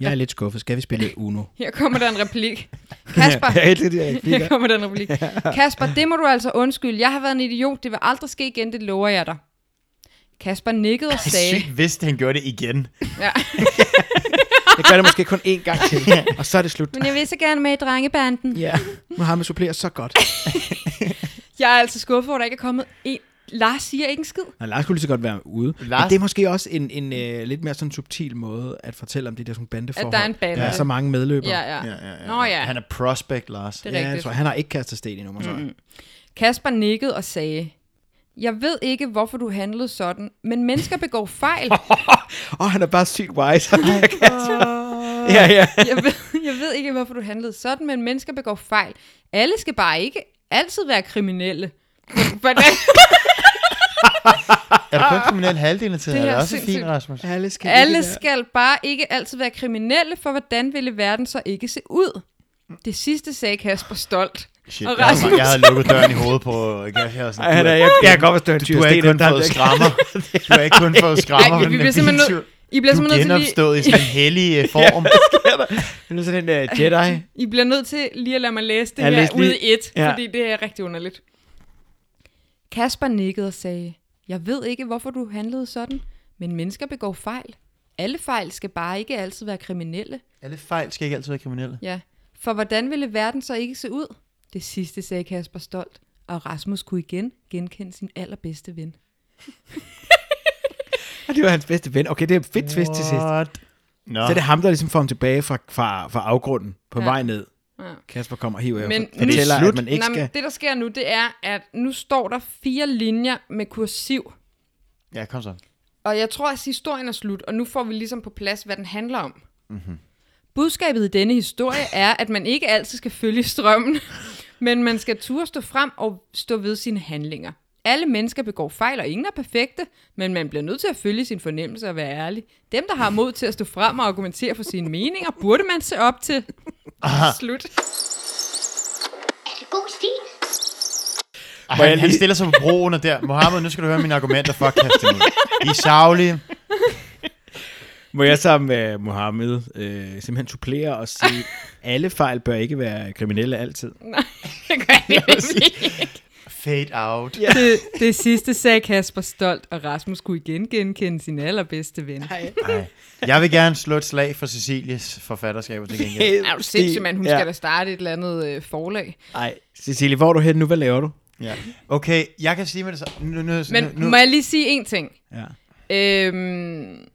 S4: Jeg er lidt skuffet. Skal vi spille Uno?
S3: Her kommer der en replik. Kasper,
S4: Jeg elsker de her replikker.
S3: her kommer der en replik. Kasper, det må du altså undskylde. Jeg har været en idiot, det vil aldrig ske igen, det lover jeg dig. Kasper nikkede og sagde...
S2: Sygt vidste, han gjorde det igen.
S3: Ja.
S4: Jeg gør det måske kun én gang til, og så er det slut.
S3: Men jeg vil så gerne med i drengebanden.
S4: Ja, Mohammed supplerer så godt.
S3: Jeg er altså skuffet, hvor der ikke er kommet en... Lars siger ikke en skid.
S4: Nej, Lars kunne lige så godt være ude. Lars... Men
S2: Lars-
S4: det er måske også en, en øh, lidt mere sådan subtil måde at fortælle om det der sådan bandeforhold.
S3: At der er en bande.
S4: Der er så mange medløbere.
S3: Ja, ja. Nå ja,
S2: Han er prospect, Lars.
S3: det er
S4: ja jeg
S3: rigtigt. Mm.
S4: tror, han har ikke kastet sten endnu, så. Mm-hmm.
S3: Kasper nikkede og sagde, jeg ved ikke, hvorfor du handlede sådan, men mennesker begår fejl.
S4: Og han er bare sygt wise. ja, ja.
S3: Jeg ved, jeg ved ikke, hvorfor du handlede sådan, men mennesker begår fejl. Alle skal bare ikke altid være kriminelle. Hvordan?
S2: Er du kun kriminel halvdelen af tiden?
S3: Det
S2: Det er,
S3: her er
S2: det også
S3: sindssygt.
S2: fint, Rasmus.
S4: Alle skal,
S3: Alle skal bare ikke altid være kriminelle, for hvordan ville verden så ikke se ud? Det sidste sagde Kasper stolt.
S2: Shit,
S3: Og
S2: jeg, havde,
S3: Rasmus.
S2: jeg havde lukket døren i hovedet på Gas. Jeg, var sådan,
S4: Ej, han
S2: du
S4: er,
S2: er-
S4: jeg, jeg kan godt forstå, at
S2: du har ikke kun fået skrammer. Du har ikke kun fået skrammer.
S3: Ej, vi, vi bliver simpelthen nødt I bliver
S2: du er
S3: simpelthen nødt til lige,
S2: genopstået i sådan en hellig øh, form.
S4: Nu er sådan en uh, Jedi.
S3: I bliver nødt til lige at lade mig læse det
S4: Ja,
S3: ja, her
S4: læs lige.
S3: ud i et,
S4: Ja.
S3: ja. fordi det er rigtig underligt. Kasper nikkede og sagde, jeg ved ikke, hvorfor du handlede sådan, men mennesker begår fejl. Alle fejl skal bare ikke altid være kriminelle.
S2: Alle fejl skal ikke altid være kriminelle.
S3: Ja, for hvordan ville verden så ikke se ud? Det sidste sagde Kasper stolt, og Rasmus kunne igen genkende sin allerbedste ven.
S4: Og det var hans bedste ven. Okay, det er et fedt twist til sidst.
S2: What? Nå,
S4: Så er det ham, der ligesom får ham tilbage fra, fra, fra afgrunden på ja.
S3: Ja.
S4: vej ned.
S3: Ja.
S4: Kasper kommer og hiver
S3: Men
S4: Men,
S3: nu-
S4: fortæller,
S2: Er det
S4: at man ikke
S3: Nå, men
S4: skal...
S3: det der sker nu, det er, at nu står der fire linjer med kursiv,
S2: ja, kom så.
S3: Og jeg tror, at historien er slut, og nu får vi ligesom på plads, hvad den handler om. Mm-hmm.
S4: Mhm.
S3: Budskabet i denne historie er, at man ikke altid skal følge strømmen, men man skal turde stå frem og stå ved sine handlinger. Alle mennesker begår fejl, og ingen er perfekte, men man bliver nødt til at følge sin fornemmelse og være ærlig. Dem, der har mod til at stå frem og argumentere for sine meninger, burde man se op til. Slut.
S1: Er det god stil?
S2: Ej,
S4: Må jeg
S2: han, han
S4: lige-
S2: stiller sig på broen og der. Mohammed, nu skal du høre mine argumenter. Fuck, kast dem ud. De er savlige.
S4: Må jeg sammen med Mohammed øh, simpelthen supplere og sige, alle fejl bør ikke være kriminelle altid.
S3: Det gør jeg nemlig.
S2: Fade out.
S3: det, det sidste sagde Kasper stolt, og Rasmus kunne igen genkende sin allerbedste ven.
S2: Ej. Jeg vil gerne slå et slag for Cecilies forfatterskaber til gengæld.
S3: Er du sindssyg, mand? Hun ja. skal da starte et eller andet øh, forlag.
S4: Nej, Cecilie, hvor er du hen nu? Hvad laver du?
S2: Ja. Okay, jeg kan sige med det så. Nu, nu,
S3: Men
S2: nu,
S3: nu.
S2: nu.
S3: må jeg lige sige en ting?
S4: Ja.
S3: Øhm,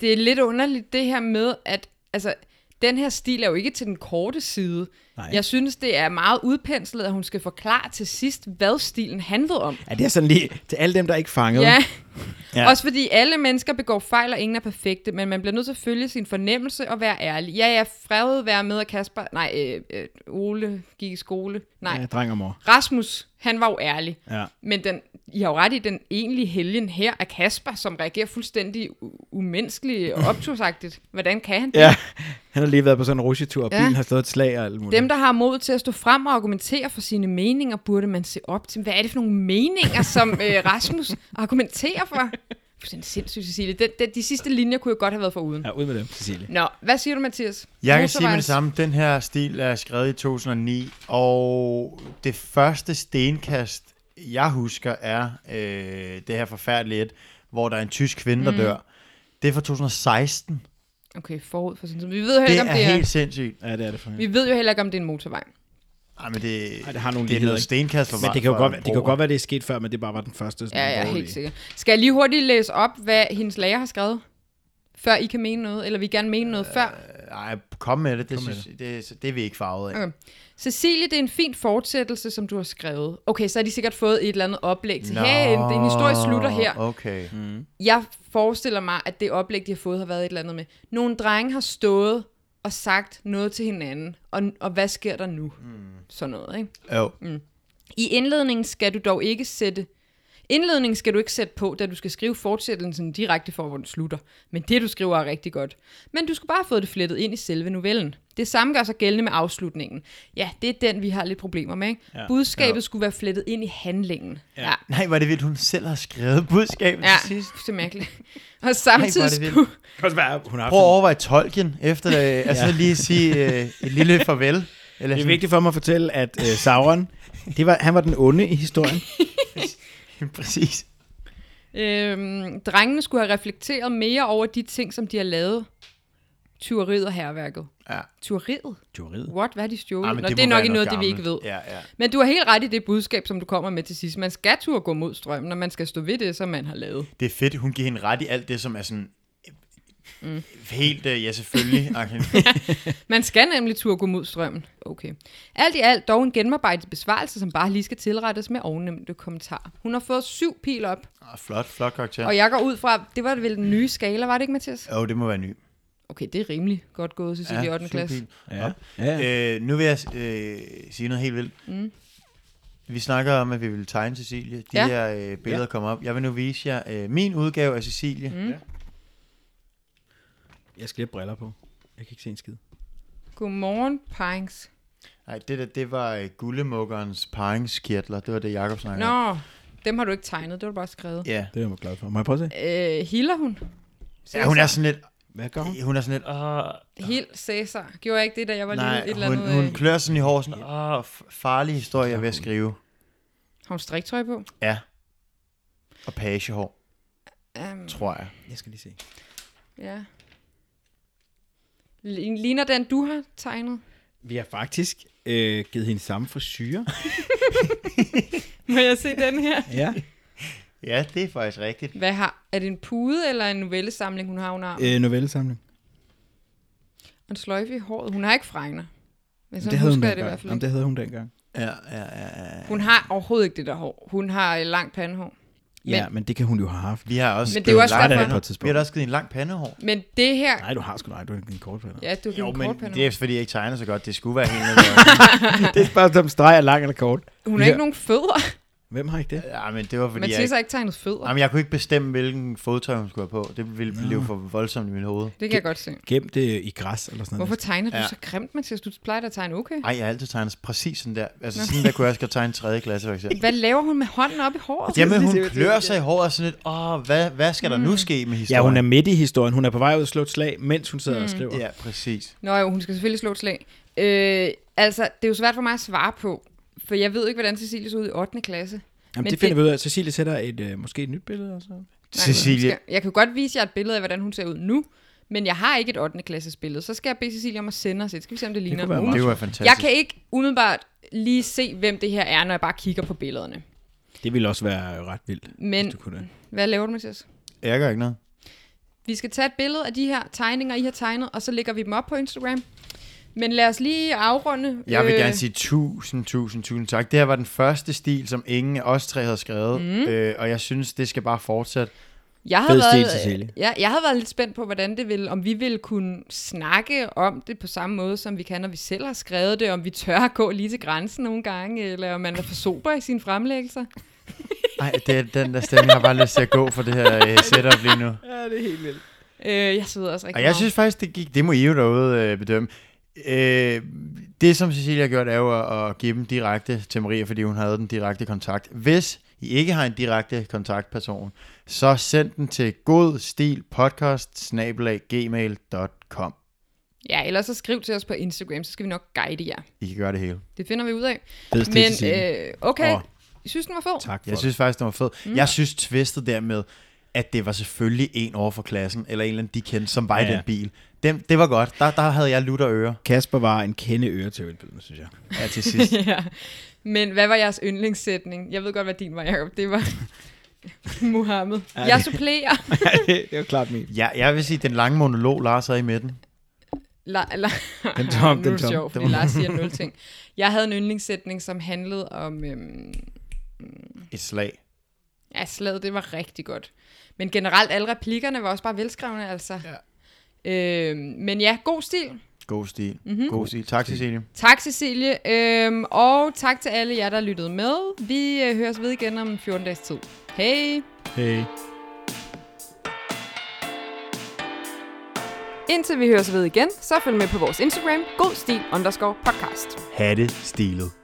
S3: det er lidt underligt det her med, at altså, den her stil er jo ikke til den korte side.
S4: Nej.
S3: Jeg synes, det er meget udpenslet, at hun skal forklare til sidst, hvad stilen handlede om.
S4: ja, det er sådan lige til alle dem, der er ikke fanget.
S3: Ja.
S2: Ja.
S3: ja. Også fordi alle mennesker begår fejl, og ingen er perfekte, men man bliver nødt til at følge sin fornemmelse og være ærlig. Ja, jeg frevede være med, at Kasper... Nej, øh, øh, Ole gik i skole. Nej,
S4: Ja, dreng og mor.
S3: Rasmus, han var jo ærlig.
S4: Ja.
S3: Men den, I har jo ret i, den egentlige helgen her er Kasper, som reagerer fuldstændig u- umenneskelig og optursagtigt. Hvordan kan han det?
S4: ja. Han har lige været på sådan en rusjetur, og
S3: Ja.
S4: bilen har slået et slag og alt muligt.
S3: Dem, der har mod til at stå frem og argumentere for sine meninger, burde man se op til. Hvad er det for nogle meninger, som øh, Rasmus argumenterer for? Fuldstændig sindssygt, Cecilie. Den, den, de sidste linjer kunne jeg godt have været foruden.
S4: Ja, ud med dem, Cecilie.
S3: Nå, hvad siger du, Mathias?
S2: Jeg kan sige med det
S3: Motorvejs-
S2: samme. Den her stil er skrevet i 2009, og det første stenkast, jeg husker, er øh, det her forfærdelige et, hvor der er en tysk kvinde, der
S3: Mm.
S2: dør. Det er fra 2016.
S3: Okay, forud for sådan noget. Vi ved jo heller
S2: Det
S3: ikke, om
S2: er
S3: det er...
S2: helt sindssygt.
S4: Ja, det er det for mig.
S3: Vi ved jo heller ikke, om det er en motorvej.
S2: Ej, men det,
S4: Ej, det har nogle
S2: det er
S4: ligheder,
S2: noget
S4: ikke?
S2: stenkast for
S4: Men det kan jo godt, være- det kan jo godt være, det er sket før, men det bare var den første. Sådan
S3: Ja, ja,
S4: borgerlige.
S3: helt sikkert. Skal jeg lige hurtigt læse op, hvad hendes lærer har skrevet? Før I kan mene noget, eller vi gerne mene noget før.
S2: Ej, kom med det. Det,
S4: med
S2: synes, det. Det, det er vi ikke farvet af.
S3: Okay. Cecilie, det er en fin fortsættelse, som du har skrevet. Okay, så har de sikkert fået et eller andet oplæg til, hey, en, en historie slutter her.
S2: Okay.
S4: Mm.
S3: Jeg forestiller mig, at det oplæg, de har fået, har været et eller andet med. Nogle drenge har stået og sagt noget til hinanden, og, og hvad sker der nu? Mm. Sådan noget, ikke?
S2: Jo.
S3: I indledningen skal du dog ikke sætte Indledningen skal du ikke sætte på, da du skal skrive fortsættelsen direkte for, hvor den slutter. Men det, du skriver, er rigtig godt. Men du skal bare have fået det flettet ind i selve novellen. Det samme gør sig gældende med afslutningen. Ja, det er den, vi har lidt problemer med. Ikke? Ja. Budskabet ja. skulle være flettet ind i handlingen. Ja, ja.
S2: Nej, var det vildt, hun selv har skrevet budskabet
S3: ja.
S2: til sidst.
S3: det er mærkeligt. Og samtidig
S2: vildt.
S3: skulle...
S4: kan også være, hun har
S2: Prøv at overveje tolken efter det. Altså lige sige øh, et lille farvel. Eller
S4: Det er
S2: sådan
S4: vigtigt for mig at fortælle, at øh, Sauron, det var, han var den onde i historien.
S2: Præcis.
S3: Øhm, drengene skulle have reflekteret mere over de ting, som de har lavet. Tyveriet og herværket.
S2: Ja.
S3: Tyveriet?
S4: Tyveriet.
S3: What? Hvad er de stjålet?
S2: Ej,
S3: Nå,
S2: men
S3: det,
S2: må
S3: er nok
S2: være
S3: i noget, det vi ikke ved.
S2: gammelt. Ja, ja.
S3: Men du har helt ret i det budskab, som du kommer med til sidst. Man skal turde gå mod strømmen, og man skal stå ved det, som man har lavet.
S2: Det er fedt, hun giver hende ret i alt det, som er sådan... Mm. Helt, øh, ja selvfølgelig. Okay.
S3: Man skal nemlig turde gå mod strømmen. Okay. Alt i alt dog en gennemarbejdet besvarelse, som bare lige skal tilrettes med ovennævnte kommentarer. Hun har fået syv pil op,
S2: Ah, flot, flot karakter.
S3: og jeg går ud fra, det var vel den nye skala, var det ikke, Mathias?
S2: Åh, oh, det må være ny.
S3: Okay, det er rimelig godt gået, Cecilie, ja, i 8. klasse.
S2: super fint.
S4: Ja.
S2: Op.
S4: Ja.
S2: Øh, nu vil jeg øh, sige noget helt vildt. Mm. Vi snakker om, at vi vil tegne Cecilie. De ja.
S3: Ja.
S2: her øh, billeder ja. kommer op. Jeg vil nu vise jer øh, min udgave af Cecilie. Mm.
S4: Jeg skal lige have briller på. Jeg kan ikke se en skid.
S3: Godmorgen, Pines.
S2: Nej, det der, det var øh, guldemukkerens paringskirtler. Det var det, Jacob snakkede om.
S3: Nå, dem har du ikke tegnet, det var du bare skrevet.
S2: Ja.
S4: Det er jeg glad for. Må jeg prøve at se?
S3: Øh, hilder hun?
S2: ja, hun er sådan lidt...
S4: Hvad gør hun?
S2: Hun er sådan lidt... Åh,
S3: Hild Cæsar. Gjorde jeg ikke det, da jeg var lille?
S2: nej,
S3: Et eller
S2: hun,
S3: andet,
S2: hun
S3: øh,
S2: klør sådan i hår, sådan... Åh, f- farlig historie, jeg er ved at skrive.
S3: Har hun striktøj på?
S2: Ja. Og pagehår,
S3: Um,
S2: tror jeg.
S4: Jeg skal lige se.
S3: ja. Lign- Ligner den, du har tegnet?
S4: Vi har faktisk øh, givet hende samme frisyrer.
S3: Må jeg se den her?
S4: ja.
S2: Ja, det er faktisk rigtigt.
S3: Hvad har, er det en pude eller en novellesamling, hun har under armen?
S4: Øh, novellesamling.
S3: Og En sløjfe i håret. Hun har ikke fregner. Men så
S4: det havde hun
S3: husker jeg det i
S4: dengang.
S3: hvert fald.
S4: Jamen,
S3: ikke.
S4: det havde hun dengang.
S2: Ja, ja, ja. ja.
S3: Hun har overhovedet ikke det der hår. Hun har øh, langt pandehår. Men-
S4: Ja, men det kan hun jo have haft.
S2: Vi har også
S3: Men det er jo
S2: givet
S3: også
S2: lang
S3: derfor-
S2: pande-
S4: På et tidspunkt.
S2: Vi har da også givet en lang pandehår.
S3: Men det her...
S4: Nej, du har sgu nej. Du er en kort briller.
S3: Ja, du
S2: Jo,
S3: har
S2: men
S3: kort
S2: det
S3: pandehår.
S2: er fordi, jeg ikke tegner så godt. Det skulle være helt nødvendigt.
S4: Det er et spørgsmål om streg er lang eller kort.
S3: Hun har
S4: Ja.
S3: ikke nogen fødder.
S4: Hvem har ikke det?
S2: ja, men det var fordi, jeg
S3: Mathias
S2: ikke...
S3: har ikke tegnet fødder.
S2: Jamen, jeg kunne ikke bestemme, hvilken fodtøj hun skulle have på. Det ville blive for voldsomt i mit hoved.
S3: Det kan jeg godt se.
S4: Gem det i græs eller sådan noget.
S3: Hvorfor tegner du
S2: Ja.
S3: så grimt, Mathias? Du plejer da at tegne okay.
S2: Ej, jeg har altid tegnet præcis sådan der. Altså, sådan der kunne jeg også godt tegne 3. klasse, for eksempel.
S3: Hvad laver hun med hånden op i håret?
S2: Jamen, hun klør sig i håret og sådan lidt, åh, hvad, hvad skal der
S3: Mm.
S2: nu ske med
S4: Ja,
S2: historien?
S4: hun er midt i historien. Hun er på vej ud og slå et slag, mens hun sidder mm. og skriver.
S2: Ja, præcis.
S3: Nå jo, hun skal selvfølgelig slå et slag. Øh, altså, det er jo svært for mig at svare på, for jeg ved ikke, hvordan Cecilie så ud i 8. klasse. Men
S4: Jamen,
S3: det-
S4: det, det finder vi ud af. Cecilie sætter et, øh, måske et nyt billede. Og så.
S3: Nej, men
S2: Cecilie,
S3: Jeg, skal- jeg kan jo godt vise jer et billede af, hvordan hun ser ud nu, men jeg har ikke et 8. klasses billede. Så skal jeg bede Cecilie om at sende os et. Skal vi se, om det ligner
S4: kunne være
S3: nogen?
S4: meget
S2: det var fantastisk.
S3: Jeg kan ikke umiddelbart lige se, hvem det her er, når jeg bare kigger på billederne.
S4: Det ville også være ret vildt,
S3: Men-
S4: hvis du kunne det.
S3: Hvad laver du, Mathias?
S2: Jeg gør ikke noget.
S3: Vi skal tage et billede af de her tegninger, I har tegnet, og så lægger vi dem op på Instagram. Men lad os lige afrunde.
S2: Jeg vil
S3: øh,
S2: gerne sige tusind, tusind, tusind tak. Det her var den første stil, som ingen af os tre havde skrevet, mm. øh, og jeg synes, det skal bare fortsætte.
S3: Jeg havde,
S4: Fed stil,
S3: været,
S4: Cecilie.
S3: ja, jeg havde været lidt spændt på, hvordan det ville, om vi ville kunne snakke om det på samme måde, som vi kan, når vi selv har skrevet det, om vi tør at gå lige til grænsen nogle gange, eller om man er for sober i sine fremlæggelser.
S2: Ej, det er den der stemme, jeg har bare lyst til at gå for det her øh, setup lige nu.
S3: Øh, jeg sidder også rigtig
S2: Og jeg
S3: meget.
S2: synes faktisk, det gik, det må I jo derude øh, bedømme. Øh, det, som Cecilia har gjort, er jo at, at give dem direkte til Maria, fordi hun havde den direkte kontakt. Hvis I ikke har en direkte kontaktperson, så send den til godstilpodcast.gmail.com.
S3: Ja, ellers så skriv til os på Instagram, så skal vi nok guide jer.
S2: I kan gøre det hele.
S3: Det finder vi ud af.
S4: Fed stil,
S3: Men
S4: Cecilie.
S3: øh, okay,
S4: Åh.
S3: jeg synes, den var fed.
S4: Tak for
S2: Jeg synes faktisk, det var fed. Mm. Jeg synes tvistet dermed, at det var selvfølgelig en over for klassen, eller en eller anden, de kendte, som var ja.
S4: Ja.
S2: i den bil. Dem, det var godt. Der, der havde jeg lutter øre
S4: det. Kasper var en kende øre til ølbydende, synes jeg.
S2: ja, til sidst.
S3: ja. Men hvad var jeres yndlingssætning? Jeg ved godt, hvad din var, Jacob. Det var Muhammed. Jeg supplerer.
S4: det var klart min.
S2: ja, jeg vil sige, den lange monolog, Lars havde i midten.
S3: La, la,
S4: Den tom,
S3: nu er
S4: den
S3: det
S4: tom.
S3: sjovt, fordi Lars siger nul ting. Jeg havde en yndlingssætning, som handlede om... Øhm,
S2: Et slag.
S3: ja, slaget, det var rigtig godt. Men generelt, alle replikkerne var også bare velskrevne, altså. Ja. Øhm, men ja, god stil.
S2: God stil. Mm-hmm. God stil. Tak, Cecilie.
S3: Tak, Cecilie, øhm, og tak til alle jer, der lyttede med. Vi øh, høres ved igen om 14 dages tid. Hej!
S4: Hey.
S3: Indtil vi høres ved igen, så følg med på vores Instagram, godstil underscore podcast.
S2: Ha' det stilet.